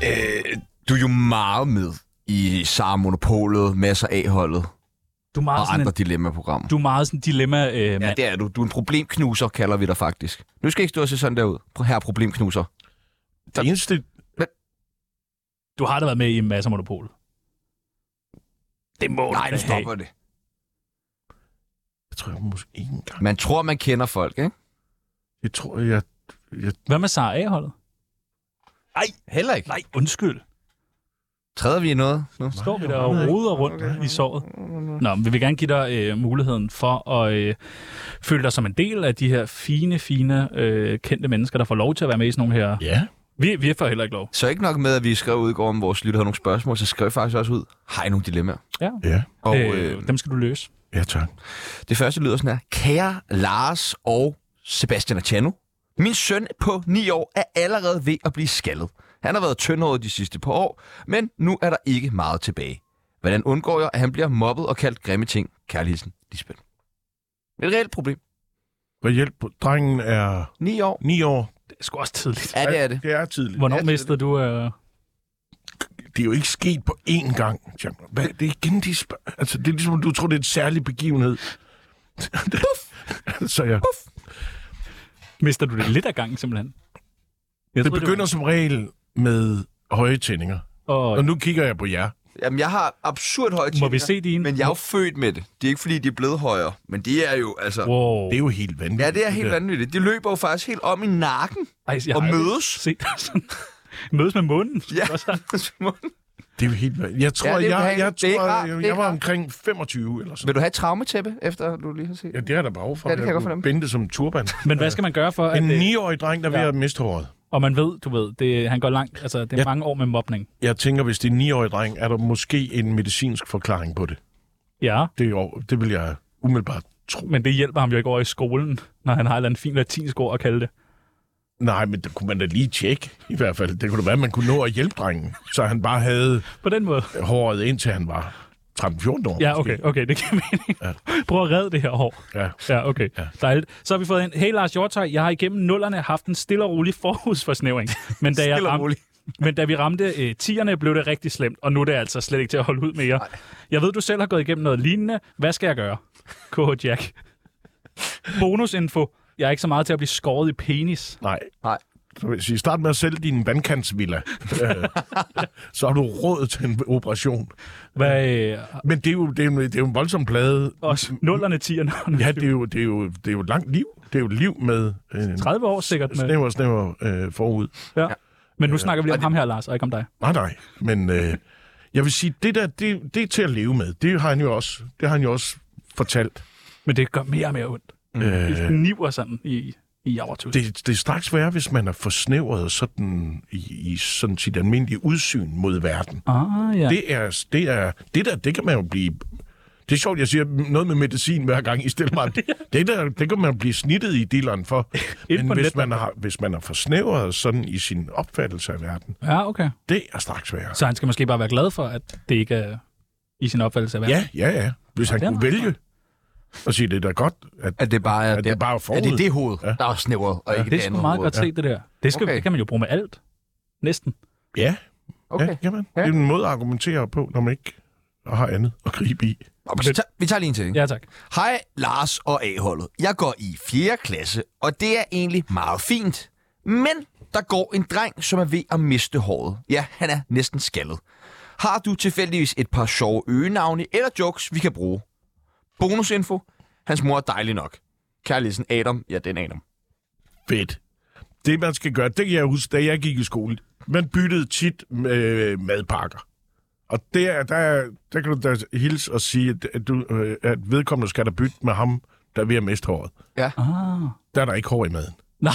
Speaker 1: Øh, du er jo meget med i Sara Monopolet, Masser A-holdet
Speaker 2: du er meget
Speaker 1: og
Speaker 2: sådan
Speaker 1: andre
Speaker 2: en-
Speaker 1: dilemmaprogrammer.
Speaker 2: Du er meget sådan en dilemma øh, ja,
Speaker 1: det er du. Du er en problemknuser, kalder vi dig faktisk. Nu skal I ikke stå og se sådan der ud. Prøv her, problemknuser.
Speaker 6: Det eneste...
Speaker 2: Du har da været med i masser af monopol. Det må
Speaker 1: Nej, nu stopper det.
Speaker 6: Jeg tror, jeg måske ikke engang...
Speaker 1: Man tror, man kender folk, ikke?
Speaker 6: Jeg tror, jeg... jeg...
Speaker 2: Hvad med Sara A-holdet?
Speaker 1: Nej, heller ikke.
Speaker 2: Nej, undskyld.
Speaker 1: Træder vi i noget? Nu?
Speaker 2: Står vi der og roder rundt okay. i såret? Nå, men vi vil gerne give dig øh, muligheden for at øh, føle dig som en del af de her fine, fine, øh, kendte mennesker, der får lov til at være med i sådan nogle her...
Speaker 6: Ja.
Speaker 2: Vi, vi får heller ikke lov.
Speaker 1: Så ikke nok med, at vi skrev ud i går, om vores lytter havde nogle spørgsmål, så skrev jeg faktisk også ud, har I nogle dilemmaer?
Speaker 2: Ja.
Speaker 6: Ja.
Speaker 1: Og,
Speaker 2: øh,
Speaker 1: øh,
Speaker 2: dem skal du løse.
Speaker 6: Ja, tak.
Speaker 1: Det første lyder sådan her. Kære Lars og Sebastian Achano, min søn på 9 år er allerede ved at blive skaldet. Han har været tyndhåret de sidste par år, men nu er der ikke meget tilbage. Hvordan undgår jeg, at han bliver mobbet og kaldt grimme ting? Kærligheden, Lisbeth. Et reelt problem.
Speaker 6: Hvad hjælp? Drengen er...
Speaker 1: 9 år.
Speaker 6: 9 år.
Speaker 2: Det er sgu også tidligt.
Speaker 1: Ja, det er det.
Speaker 6: Det er tidligt.
Speaker 2: Hvornår
Speaker 6: Ja, det er
Speaker 2: mistede du... Øh...
Speaker 6: det er jo ikke sket på én gang. Jean. Hvad, det er igen de spørg... Altså, det er ligesom, du tror, det er en særlig begivenhed. Puff! så jeg... Puff!
Speaker 2: Mister du det lidt af gangen, simpelthen?
Speaker 6: Jeg det
Speaker 2: troede, det
Speaker 6: begynder
Speaker 2: var-
Speaker 6: det som regel med høje tændinger.
Speaker 2: Og...
Speaker 6: og nu kigger jeg på jer.
Speaker 1: Jamen, jeg har absurd høje
Speaker 2: Må vi se dine?
Speaker 1: Men jeg er jo født med det. Det er ikke, fordi de er blevet højere, men det er jo altså...
Speaker 2: Wow.
Speaker 6: Det er jo helt vanvittigt.
Speaker 1: Ja, det er helt vanvittigt. De løber jo faktisk helt om i nakken
Speaker 2: Ej, jeg
Speaker 1: og
Speaker 2: har aldrig
Speaker 1: mødes.
Speaker 2: Set sådan. mødes med munden.
Speaker 1: Ja,
Speaker 6: Det er jo helt vanvittigt. Jeg tror,
Speaker 1: Ja,
Speaker 6: ja,
Speaker 1: det er
Speaker 6: jeg,
Speaker 1: ubehageligt.
Speaker 6: jeg,
Speaker 1: Det er
Speaker 6: jeg,
Speaker 1: ikke
Speaker 6: tror,
Speaker 1: rart. Det
Speaker 6: jeg,
Speaker 1: er
Speaker 6: jeg,
Speaker 1: ikke
Speaker 6: var
Speaker 1: rart.
Speaker 6: omkring 25 eller sådan
Speaker 1: Vil du have et traumatæppe, efter du lige har set?
Speaker 6: Ja, det er der bare for.
Speaker 1: Ja, det kan jeg godt fornemme.
Speaker 6: Binde det som turban.
Speaker 2: Men hvad skal man gøre for, at...
Speaker 6: En
Speaker 2: øh,
Speaker 6: 9-årig dreng, der er ved at miste håret.
Speaker 2: Og man ved, du ved, det, han går langt. Altså, det er ja. mange år med mobning.
Speaker 6: Jeg tænker, hvis det er en 9-årig dreng, er der måske en medicinsk forklaring på det.
Speaker 2: Ja,
Speaker 6: Det, er jo, det vil jeg umiddelbart tro.
Speaker 2: men det hjælper ham jo ikke over i skolen, når han har et eller andet fint latinsk ord at kalde det.
Speaker 6: Nej, men det kunne man da lige tjekke, i hvert fald. Det kunne da være, at man kunne nå at hjælpe drengen, så han bare havde
Speaker 2: På den måde.
Speaker 6: håret indtil han var 13-14 år.
Speaker 2: Ja, okay, okay, det giver mening. Ja. Prøv at redde det her hår.
Speaker 6: Ja.
Speaker 2: Ja, okay. Ja. Dejligt. Så har vi fået en, hey Lars Hjortøj, jeg har igennem nullerne haft en stille og rolig forhudsforsnævring. Men da, jeg
Speaker 1: Stille og
Speaker 2: ramte,
Speaker 1: rolig.
Speaker 2: men da vi ramte øh, tierne, blev det rigtig slemt, og nu er det altså slet ikke til at holde ud mere. Jeg ved, du selv har gået igennem noget lignende. Hvad skal jeg gøre? KH Jack. Bonusinfo. Jeg er ikke så meget til at blive skåret i penis.
Speaker 6: Nej.
Speaker 1: Nej.
Speaker 6: Så vil jeg sige, start med at sælge din vandkantsvilla. Øh, så har du råd til en operation.
Speaker 2: Hvad, øh,
Speaker 6: Men det er jo, det er jo, det er jo en voldsom plade.
Speaker 2: også nullerne, tierne.
Speaker 6: Ja, det er, jo, det, er jo, det er jo et langt liv. Det er jo et liv med øh,
Speaker 2: 30 år sikkert. Med.
Speaker 6: snæver, snæver øh, forud.
Speaker 2: Ja. Men
Speaker 1: Øh,
Speaker 2: nu snakker vi lige om ham her, Lars, og ikke om dig.
Speaker 6: Nej, nej. Men øh, jeg vil sige, det der, det, det er til at leve med. Det har han jo også, det har han jo også fortalt.
Speaker 2: Men det gør mere og mere ondt. Det
Speaker 6: Øh,
Speaker 2: kniver sådan i, i javertus.
Speaker 6: det, det er straks værre, hvis man er forsnævret sådan i, i sådan sit almindelige udsyn mod verden.
Speaker 2: Ah, ja.
Speaker 6: Det er, det er, det der, det kan man jo blive... Det er sjovt, jeg siger noget med medicin hver gang, I stiller mig. det, der, det kan man blive snittet i dilleren for. Men
Speaker 2: på
Speaker 6: hvis
Speaker 2: nettet.
Speaker 6: man, har, hvis man er forsnævret sådan i sin opfattelse af verden,
Speaker 2: Ja, okay.
Speaker 6: det er straks værre.
Speaker 2: Så han skal måske bare være glad for, at det ikke er i sin opfattelse af verden.
Speaker 6: Ja, ja, ja. Hvis han
Speaker 2: det er
Speaker 6: kunne
Speaker 2: meget
Speaker 6: vælge at sige, det er da godt, at,
Speaker 1: At det bare er,
Speaker 6: at det bare er
Speaker 1: er
Speaker 6: forud.
Speaker 1: det, det hoved, ja. der er snævret, og ja. ikke
Speaker 2: Det er
Speaker 1: det
Speaker 2: sgu
Speaker 1: andet
Speaker 2: meget
Speaker 1: hoved?
Speaker 2: godt set, det der. Det,
Speaker 1: Okay.
Speaker 2: skal, okay. det kan man jo bruge med alt. Næsten.
Speaker 6: Ja,
Speaker 1: Okay.
Speaker 6: ja, jamen, det er en måde at argumentere på, når man ikke har andet at gribe i.
Speaker 1: Nå, men så tager- Vi tager lige en ting.
Speaker 2: Ja, tak.
Speaker 1: Hej Lars og A-holdet. Jeg går i 4. klasse, og det er egentlig meget fint. Men der går en dreng, som er ved at miste håret. Ja, han er næsten skaldet. Har du tilfældigvis et par sjove øgenavne eller jokes, vi kan bruge? Bonusinfo. Hans mor er dejlig nok. Kærligheden Adam. Ja, den Adam.
Speaker 6: Fedt. Det, man skal gøre, det kan jeg huske, da jeg gik i skole. Man byttede tit øh, madpakker. Og der, der, der kan du da hilse og sige, at, at, du, øh, at vedkommende skal da bytte med ham, der er ved at miste håret.
Speaker 1: Ja.
Speaker 2: Ah.
Speaker 6: Der er der ikke hår i maden.
Speaker 1: Ah.
Speaker 2: Nej,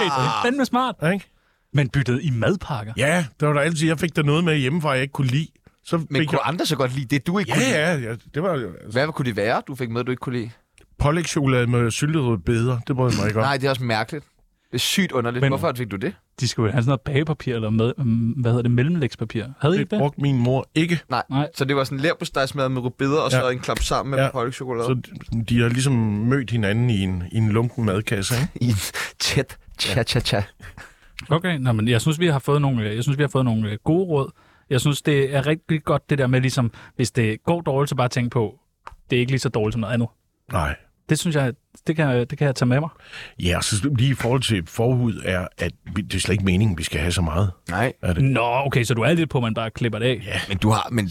Speaker 2: okay. Den er smart.
Speaker 6: Ikke?
Speaker 2: Men byttede i madpakker?
Speaker 6: Ja, det var da altid. Jeg fik der noget med hjemmefra, jeg ikke kunne lide. Så
Speaker 1: Men kunne andre så godt lide det, du ikke
Speaker 6: ja,
Speaker 1: kunne
Speaker 6: kunne
Speaker 1: lide?
Speaker 6: Ja, ja, det var jo...
Speaker 1: Hvad kunne det være, du fik med, du ikke kunne lide?
Speaker 6: Pålægtschokolade med syltede bedre. Det brød jeg mig ikke om.
Speaker 1: Nej, det er også mærkeligt. Det er sygt underligt. Men, Hvorfor fik du det?
Speaker 2: De skulle jo have sådan noget bagepapir, eller med, mm, hvad hedder det, mellemlægspapir. Havde I
Speaker 1: Det
Speaker 2: ikke det?
Speaker 1: brugte
Speaker 6: min mor ikke.
Speaker 1: Nej.
Speaker 2: Nej.
Speaker 1: Så det var sådan en leverpostejsmad med rubeder, og så
Speaker 6: Ja.
Speaker 1: en klap sammen med
Speaker 6: Ja.
Speaker 1: ja. pålægtschokolade.
Speaker 6: Så d- de har ligesom mødt hinanden i en, i en lunken madkasse, ikke?
Speaker 1: I tæt cha-cha-cha.
Speaker 2: Okay, nå, men jeg synes, vi har fået nogle, jeg synes, vi har fået nogle øh, gode råd. Jeg synes, det er rigtig godt det der med, ligesom, hvis det går dårligt, så bare tænk på, det er ikke lige så dårligt som noget andet.
Speaker 6: Nej.
Speaker 2: Det synes jeg, det kan, det kan jeg tage med mig.
Speaker 6: Ja, og så lige i forhold til forhud er, at vi- det er slet ikke meningen, vi skal have så meget.
Speaker 1: Nej.
Speaker 6: Er det?
Speaker 2: Nå, okay, så du er lidt på, at man bare klipper det af.
Speaker 6: Ja,
Speaker 1: men du har, men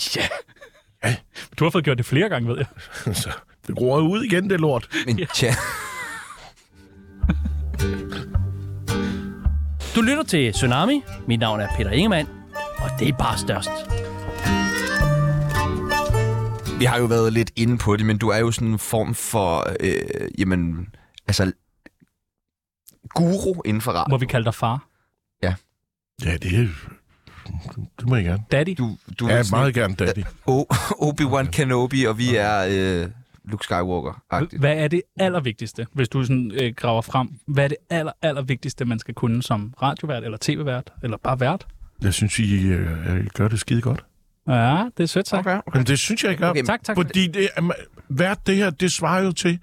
Speaker 1: ja.
Speaker 2: Du har fået gjort det flere gange, ved jeg.
Speaker 6: så det gror ud igen, det lort.
Speaker 1: Men ja.
Speaker 17: Du lytter til Tsunami. Mit navn er Peter Ingemann, og det er bare størst.
Speaker 1: Vi har jo været lidt inde på det, men du er jo sådan en form for, øh, jamen, altså, guru inden for radio.
Speaker 2: Må vi kalde dig far?
Speaker 1: Ja.
Speaker 6: Ja, det Det må jeg gerne.
Speaker 2: Daddy?
Speaker 1: Du, du
Speaker 6: Ja,
Speaker 1: er sådan
Speaker 6: meget
Speaker 1: en-
Speaker 6: gerne daddy.
Speaker 1: O- Obi-Wan Kenobi, og vi er øh, Luke Skywalker.
Speaker 2: Hvad er det allervigtigste, hvis du sådan, øh, graver frem? Hvad er det aller, allervigtigste, man skal kunne som radiovært, eller tv-vært, eller bare vært?
Speaker 6: Jeg synes, I øh, øh, gør det skide godt.
Speaker 2: Ja, det er sødt sagt. Okay,
Speaker 6: Men det synes jeg ikke er.
Speaker 2: Okay, tak, tak.
Speaker 6: Fordi det, er- hvert det her, det svarer jo til,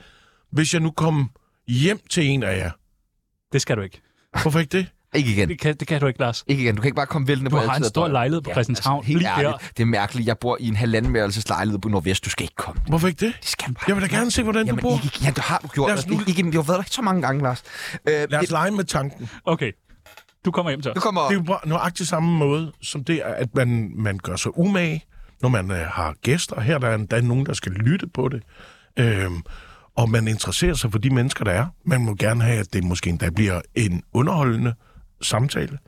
Speaker 6: hvis jeg nu kom hjem til en af jer.
Speaker 2: Det skal du ikke.
Speaker 6: Hvorfor ikke det?
Speaker 1: Ikke igen.
Speaker 2: Det kan, det kan du ikke, Lars.
Speaker 1: Ikke igen. Du kan ikke bare komme væltende
Speaker 2: Du
Speaker 1: på
Speaker 2: har
Speaker 1: altid
Speaker 2: en
Speaker 1: og
Speaker 2: stor
Speaker 1: døje.
Speaker 2: lejlighed på Christianshavn.
Speaker 1: altså, helt
Speaker 2: Lige
Speaker 1: ærligt, Det er mærkeligt. Jeg bor i en halvandenværelseslejlighed på Nordvest. Du skal ikke komme.
Speaker 6: Hvorfor ikke det?
Speaker 1: Det skal bare.
Speaker 6: Jeg vil da gerne se, hvordan
Speaker 1: Jamen,
Speaker 6: du bor.
Speaker 1: Ikke, ja, det har du gjort.
Speaker 6: Lad os
Speaker 1: og det- Ikke, du har været der så mange gange, Lars. Øh,
Speaker 6: Lad os lege med tanken.
Speaker 2: Okay. Du kommer hjem til os.
Speaker 1: Du kommer
Speaker 6: Det er jo på nøjagtigt samme måde, som det er, at man, man gør sig umage, når man øh, har gæster. Her der er der nogen, der skal lytte på det. Øhm, og man interesserer sig for de mennesker, der er. Man må gerne have, at det måske endda bliver en underholdende samtale.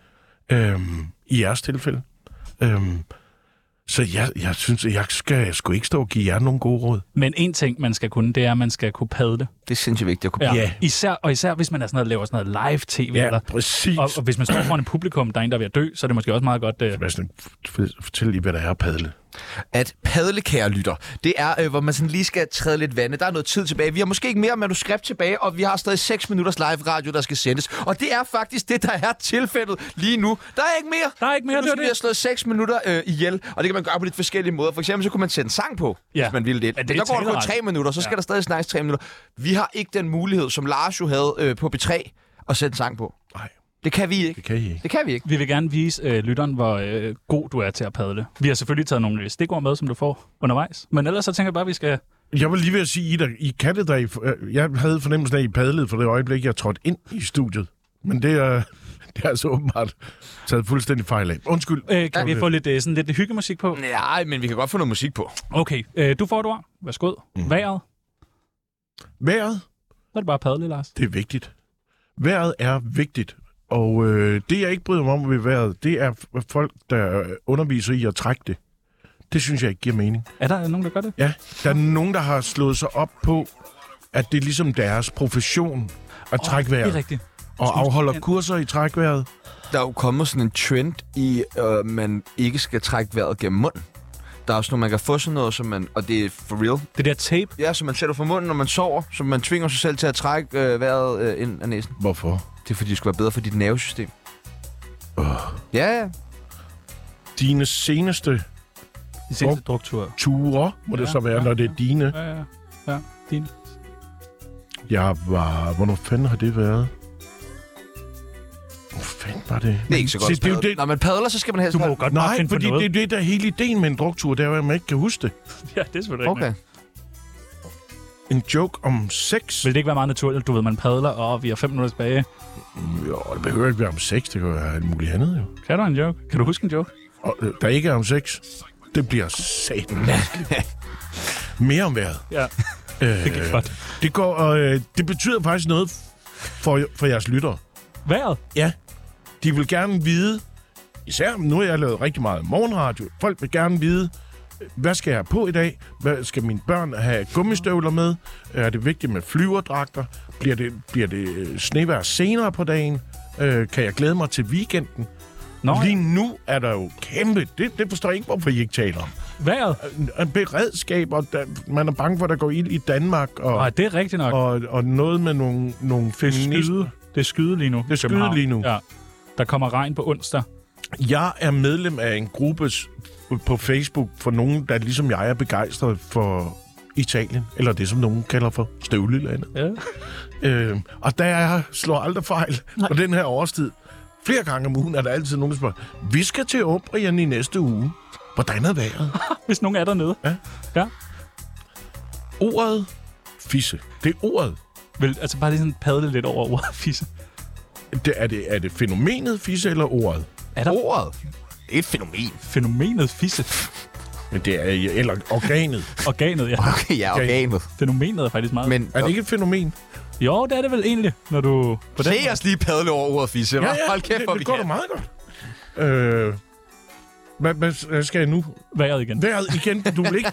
Speaker 6: Øhm, I jeres tilfælde. Øhm, så jeg, jeg synes, at jeg skal, jeg skal ikke stå og give jer nogle gode råd.
Speaker 2: Men en ting, man skal kunne, det er, at man skal kunne padle.
Speaker 1: Det er sindssygt vigtigt at kunne
Speaker 2: Ja.
Speaker 1: padle.
Speaker 2: ja. Især, og især, hvis man er sådan noget, laver sådan noget live-tv.
Speaker 6: Ja,
Speaker 2: eller,
Speaker 6: præcis.
Speaker 2: Og, og, hvis man står foran et publikum, der er en, der er ved at dø, så er det måske også meget godt... Øh,
Speaker 6: Sebastian, fortæl lige, hvad der er at padle.
Speaker 1: at padle, kære lytter, det er, øh, hvor man sådan lige skal træde lidt vande. Der er noget tid tilbage. Vi har måske ikke mere manuskript tilbage, og vi har stadig 6 minutters live radio, der skal sendes. Og det er faktisk det, der er tilfældet lige nu. Der er ikke mere.
Speaker 2: Der er ikke mere,
Speaker 1: nu
Speaker 2: det er
Speaker 1: skal vi
Speaker 2: det.
Speaker 1: have slået 6 minutter øh, ihjel, og det kan man gøre på lidt forskellige måder. For eksempel så kunne man sætte en sang på,
Speaker 2: Ja.
Speaker 1: ja. hvis man ville det.
Speaker 2: Men
Speaker 1: Men
Speaker 2: det
Speaker 1: der
Speaker 2: er
Speaker 1: går det kun
Speaker 2: taleret.
Speaker 1: 3 minutter, så skal
Speaker 2: Ja.
Speaker 1: ja. der stadig snakkes 3 minutter. Vi har ikke den mulighed, som Lars jo havde øh, på B3, at sætte en sang på.
Speaker 6: Nej.
Speaker 1: Det kan vi ikke.
Speaker 6: Det kan I ikke.
Speaker 1: Det kan vi ikke.
Speaker 2: Vi vil gerne vise øh, lytteren, hvor øh, god du er til at padle. Vi har selvfølgelig taget nogle øh, stikord med, som du får undervejs. Men ellers så tænker jeg bare, at vi skal... øh,
Speaker 6: Jeg var lige ved at sige, I, der, I kan det der. I, øh, jeg havde fornemmelsen af, at I padlede for det øjeblik, jeg trådte ind i studiet. Men det er, det er altså åbenbart taget fuldstændig fejl af. Undskyld.
Speaker 2: Øh, kan vi få lidt, øh, sådan lidt hyggemusik på?
Speaker 1: Nej, men vi kan godt få noget musik på.
Speaker 2: Okay, øh, du får et ord. Værsgo. Mm. Vejret.
Speaker 6: Vejret,
Speaker 2: Så er det bare at padle, Lars.
Speaker 6: det er vigtigt. Vejret er vigtigt. Og øh, det, jeg ikke bryder mig om ved vejret, det er f- folk, der øh, underviser i at trække det. Det synes jeg ikke giver mening.
Speaker 2: Er der nogen, der gør det?
Speaker 6: Ja, der er nogen, der har slået sig op på, at det er ligesom deres profession at
Speaker 2: Åh,
Speaker 6: trække vejret.
Speaker 2: det er rigtigt.
Speaker 6: Og afholder kurser i trækvejret.
Speaker 1: Der er jo kommet sådan en trend i, at øh, man ikke skal trække vejret gennem munden. Der er også nogle, man kan få sådan noget, som man, og det er for real.
Speaker 2: Det der tape?
Speaker 1: Ja, som man sætter for munden, når man sover, så man tvinger sig selv til at trække øh, vejret øh, ind af næsen.
Speaker 6: Hvorfor?
Speaker 1: Det er fordi, det skulle være bedre for dit nervesystem. Ja, ja.
Speaker 6: Dine seneste
Speaker 2: De seneste drukture.
Speaker 6: ture, må ja,
Speaker 2: Ja,
Speaker 6: det så være,
Speaker 2: ja,
Speaker 6: ja, når det er dine.
Speaker 2: Ja, ja, ja. Din.
Speaker 6: Jeg var... Hvornår fanden har det været? Hvor fanden var det?
Speaker 1: Det er ikke så godt.
Speaker 6: Se, det, er jo
Speaker 1: det... Når man padler, så skal man helst...
Speaker 2: Du må jo godt bare
Speaker 6: Nej,
Speaker 2: finde på
Speaker 6: fordi
Speaker 2: noget.
Speaker 6: det er det, der er hele ideen med en druktur, det er, jo, at man ikke kan huske det.
Speaker 2: Ja, det er selvfølgelig
Speaker 1: Okay.
Speaker 6: En joke om sex.
Speaker 2: Vil det ikke være meget naturligt, du ved, man padler, og vi har fem minutter tilbage?
Speaker 6: Jo, det behøver ikke være om sex, det kan være alt muligt andet, jo.
Speaker 2: Kan du en joke? Kan du huske en joke?
Speaker 6: Og, øh, der ikke er om sex, det bliver satan vanskeligt. Mere om vejret.
Speaker 2: Ja.
Speaker 6: Øh,
Speaker 2: Det gik godt.
Speaker 6: Det, går, og, øh, det betyder faktisk noget for, for jeres lyttere.
Speaker 2: Vejret?
Speaker 6: Ja. De vil gerne vide, især nu har jeg lavet rigtig meget morgenradio, folk vil gerne vide, Hvad skal jeg have på i dag? Hvad skal mine børn have gummistøvler med? Er det vigtigt med flyverdragter? Bliver det, bliver det øh, snevejr senere på dagen? Øh, kan jeg glæde mig til weekenden? Nå, Lige nu er der jo kæmpe... Det, det forstår jeg ikke, hvorfor I ikke taler om. Øh,
Speaker 2: Vejret?
Speaker 6: Beredskab, og da, man er bange for, at der går ild i Danmark. Og,
Speaker 2: Nej, det er rigtigt nok.
Speaker 6: Og, og noget med nogle, nogle feminister.
Speaker 2: skyde. Det er skyde lige nu.
Speaker 6: Det er skyde
Speaker 2: København.
Speaker 6: lige nu.
Speaker 2: Ja. Der kommer regn på onsdag.
Speaker 6: Jeg er medlem af en gruppe s- på Facebook for nogen, der ligesom jeg er begejstret for Italien, eller det, som nogen kalder for støvlelandet.
Speaker 2: Ja.
Speaker 6: Øh, og der er, slår aldrig fejl på den her årstid. Flere gange om ugen er der altid nogen, der spørger, vi skal til Umbrien i næste uge. Hvordan er vejret?
Speaker 2: Hvis nogen er dernede.
Speaker 6: Ja.
Speaker 2: ja.
Speaker 6: Ordet fisse. Det er ordet.
Speaker 2: Vil, altså bare lige sådan padle lidt over ordet fisse.
Speaker 6: Det, er, det, er det fænomenet fisse eller ordet?
Speaker 2: Er der...
Speaker 1: Ordet? Det er et fænomen.
Speaker 2: Fænomenet fisse.
Speaker 6: Men det er, eller organet.
Speaker 2: Organet, ja.
Speaker 1: Okay, ja, organet.
Speaker 2: Fænomenet er faktisk meget.
Speaker 1: Men-
Speaker 6: Er det ikke et fænomen?
Speaker 2: Jo, det er det vel egentlig, når du... på den
Speaker 1: Se os lige padle over ordet fisse, hva'? Hold kæft,
Speaker 6: det,
Speaker 1: hvor
Speaker 6: det
Speaker 1: vi
Speaker 6: går da
Speaker 1: kan.
Speaker 6: meget godt. Øh, hvad, hvad, hvad skal jeg nu?
Speaker 2: Vejret igen.
Speaker 6: Vejret igen? Du vil ikke...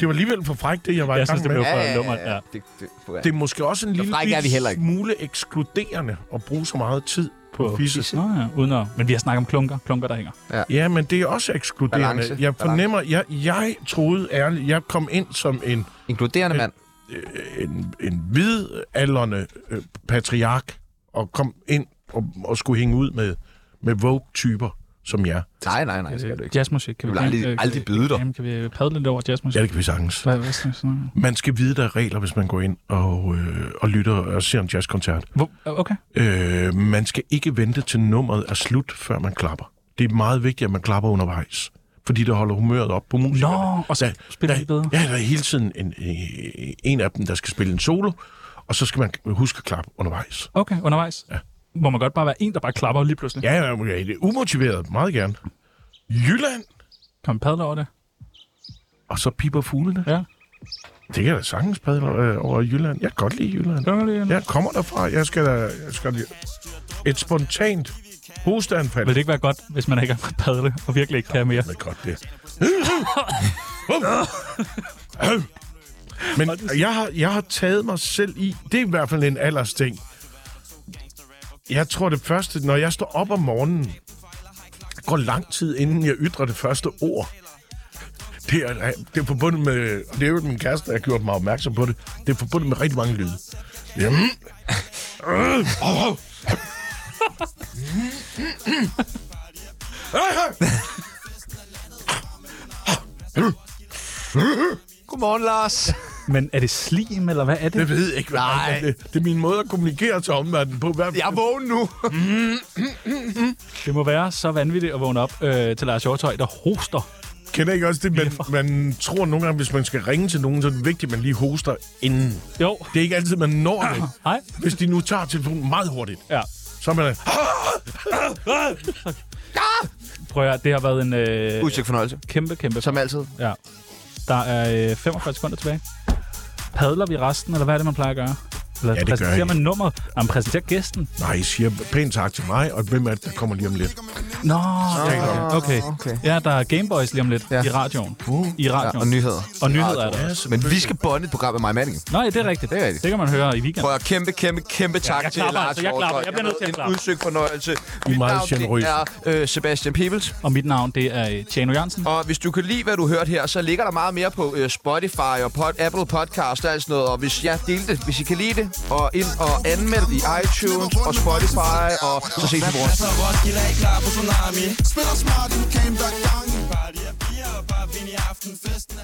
Speaker 6: Det var alligevel for frækt, det jeg var i
Speaker 2: Jeg
Speaker 6: gang
Speaker 2: synes, det
Speaker 6: med.
Speaker 2: blev for ja, lummert. Ja.
Speaker 1: Det, det, det,
Speaker 6: Det er måske også en
Speaker 1: Så
Speaker 6: lille
Speaker 1: frække er vi heller ikke.
Speaker 6: smule ekskluderende at bruge så meget tid på, på fisse.
Speaker 2: Nå, ja, uden at, men vi har snakket om klunker, klunker der hænger.
Speaker 6: Ja, men det er også ekskluderende.
Speaker 1: Balance.
Speaker 6: Jeg fornemmer, jeg, jeg troede ærligt, jeg kom ind som en...
Speaker 1: Inkluderende mand.
Speaker 6: Øh, en, en hvidaldrende øh, patriark, og kom ind og, og skulle hænge ud med, med vogue-typer som jer.
Speaker 1: Nej, nej, nej, det skal du ikke.
Speaker 2: Jazzmusik, kan
Speaker 1: Du
Speaker 2: vi Øh,
Speaker 1: vil aldrig, aldrig byde dig.
Speaker 2: Jamen, kan vi padle lidt over jazzmusik?
Speaker 6: Ja, det kan vi sagtens.
Speaker 2: Hvad, hvad skal vi snakke om?
Speaker 6: Man skal vide, der er regler, hvis man går ind og, øh, og lytter og ser en jazzkoncert.
Speaker 2: Hvor- Okay.
Speaker 6: Øh, man skal ikke vente til nummeret er slut, før man klapper. Det er meget vigtigt, at man klapper undervejs. Fordi det holder humøret op på musikerne.
Speaker 2: Nå, og så
Speaker 6: Der-
Speaker 2: spiller
Speaker 6: der-
Speaker 2: de bedre.
Speaker 6: Ja, der er hele tiden en, øh, en af dem, der skal spille en solo, og så skal man huske at klappe undervejs.
Speaker 2: Okay, undervejs. Ja. Må man godt bare være en, der bare klapper lige pludselig?
Speaker 6: Ja, ja, okay, det er umotiveret. Meget gerne. Jylland,
Speaker 2: Kan man padle over det?
Speaker 6: og så piper fuglene.
Speaker 2: Ja.
Speaker 6: Det kan jeg da sagtens padle øh, over Jylland. Jeg kan godt lide Jylland.
Speaker 2: Gør det, eller?
Speaker 6: Jeg kommer derfra. Jeg skal da... Jeg skal da et spontant hosteanfald.
Speaker 2: Vil det ikke være godt, hvis man ikke har padle og virkelig ikke kan mere?
Speaker 6: Det er godt, det. Men jeg har, jeg har taget mig selv i... Det er i hvert fald en alders ting. Jeg tror det første, når jeg står op om morgenen, går lang tid, inden jeg ytrer det første ord. Det er, det er forbundet med... Og det er jo min kæreste, der har gjort mig opmærksom på det. Det er forbundet med rigtig mange lyde. Jamen... Øh, åh, åh.
Speaker 1: Godmorgen, Lars.
Speaker 2: Men er det slim, eller hvad er det?
Speaker 6: Jeg ved ikke, hvad
Speaker 1: Nej.
Speaker 6: det, er. det er min måde at kommunikere til omverdenen på. Hvad,
Speaker 1: Jeg er vågen nu.
Speaker 2: Det må være så vanvittigt at vågne op øh, til Lars Hjortøj, der hoster.
Speaker 6: Kender I ikke også det, man, man tror nogle gange, hvis man skal ringe til nogen, så er det vigtigt, at man lige hoster inden.
Speaker 2: Jo.
Speaker 6: Det er ikke altid, man når det.
Speaker 1: Ah.
Speaker 2: Hej.
Speaker 6: Hvis de nu tager telefonen meget hurtigt,
Speaker 2: Ja.
Speaker 6: så er man... Ah,
Speaker 2: Prøv at høre, det har været en øh,
Speaker 1: Udsigt fornøjelse.
Speaker 2: kæmpe, kæmpe...
Speaker 1: Som altid.
Speaker 2: Ja. Der er øh, 45 sekunder tilbage. Padler vi resten, eller hvad er det, man plejer at gøre? Eller
Speaker 6: Ja, det gør
Speaker 2: præsenterer
Speaker 6: jeg.
Speaker 2: man nummeret? Jamen, præsenterer gæsten.
Speaker 6: Nej, I siger pænt tak til mig, og hvem er det, der kommer lige om lidt?
Speaker 2: Nå, okay. okay.
Speaker 1: okay.
Speaker 2: Ja, der er Gameboys lige om lidt
Speaker 1: Ja.
Speaker 2: ja. i radioen.
Speaker 6: Uh,
Speaker 2: I radioen.
Speaker 1: Ja, og nyheder.
Speaker 2: Og nyheder er der. også.
Speaker 1: Men vi skal bonde et program med mig, Manning.
Speaker 2: Nå, ja, det er rigtigt.
Speaker 1: Det er rigtigt.
Speaker 2: Det kan man høre i weekenden.
Speaker 1: Prøv at kæmpe, kæmpe, kæmpe tak
Speaker 2: jeg
Speaker 1: til
Speaker 2: klapper
Speaker 1: Lars
Speaker 2: altså, jeg klapper.
Speaker 1: Hjortøj.
Speaker 2: Jeg bliver nødt til at
Speaker 1: Det er
Speaker 2: klappe.
Speaker 1: En udsøgt fornøjelse. Mit
Speaker 6: meget
Speaker 1: navn det
Speaker 6: generøs.
Speaker 1: er øh, Sebastian Peebles.
Speaker 2: Og mit navn, det er øh, Tjano Jørgensen.
Speaker 1: Og hvis du kan lide, hvad du hørte her, så ligger der meget mere på øh, Spotify og pod, Apple Podcast og alt sådan noget. Og hvis jeg delte det, hvis I kan lide det, og ind og anmeld det i iTunes og Spotify, og så ses vi i morgen.
Speaker 12: Masser af Roskilde er I klar på tsunami? Spiller smart, du came der gang. Bare de her piger og bare vind i aften. Festen er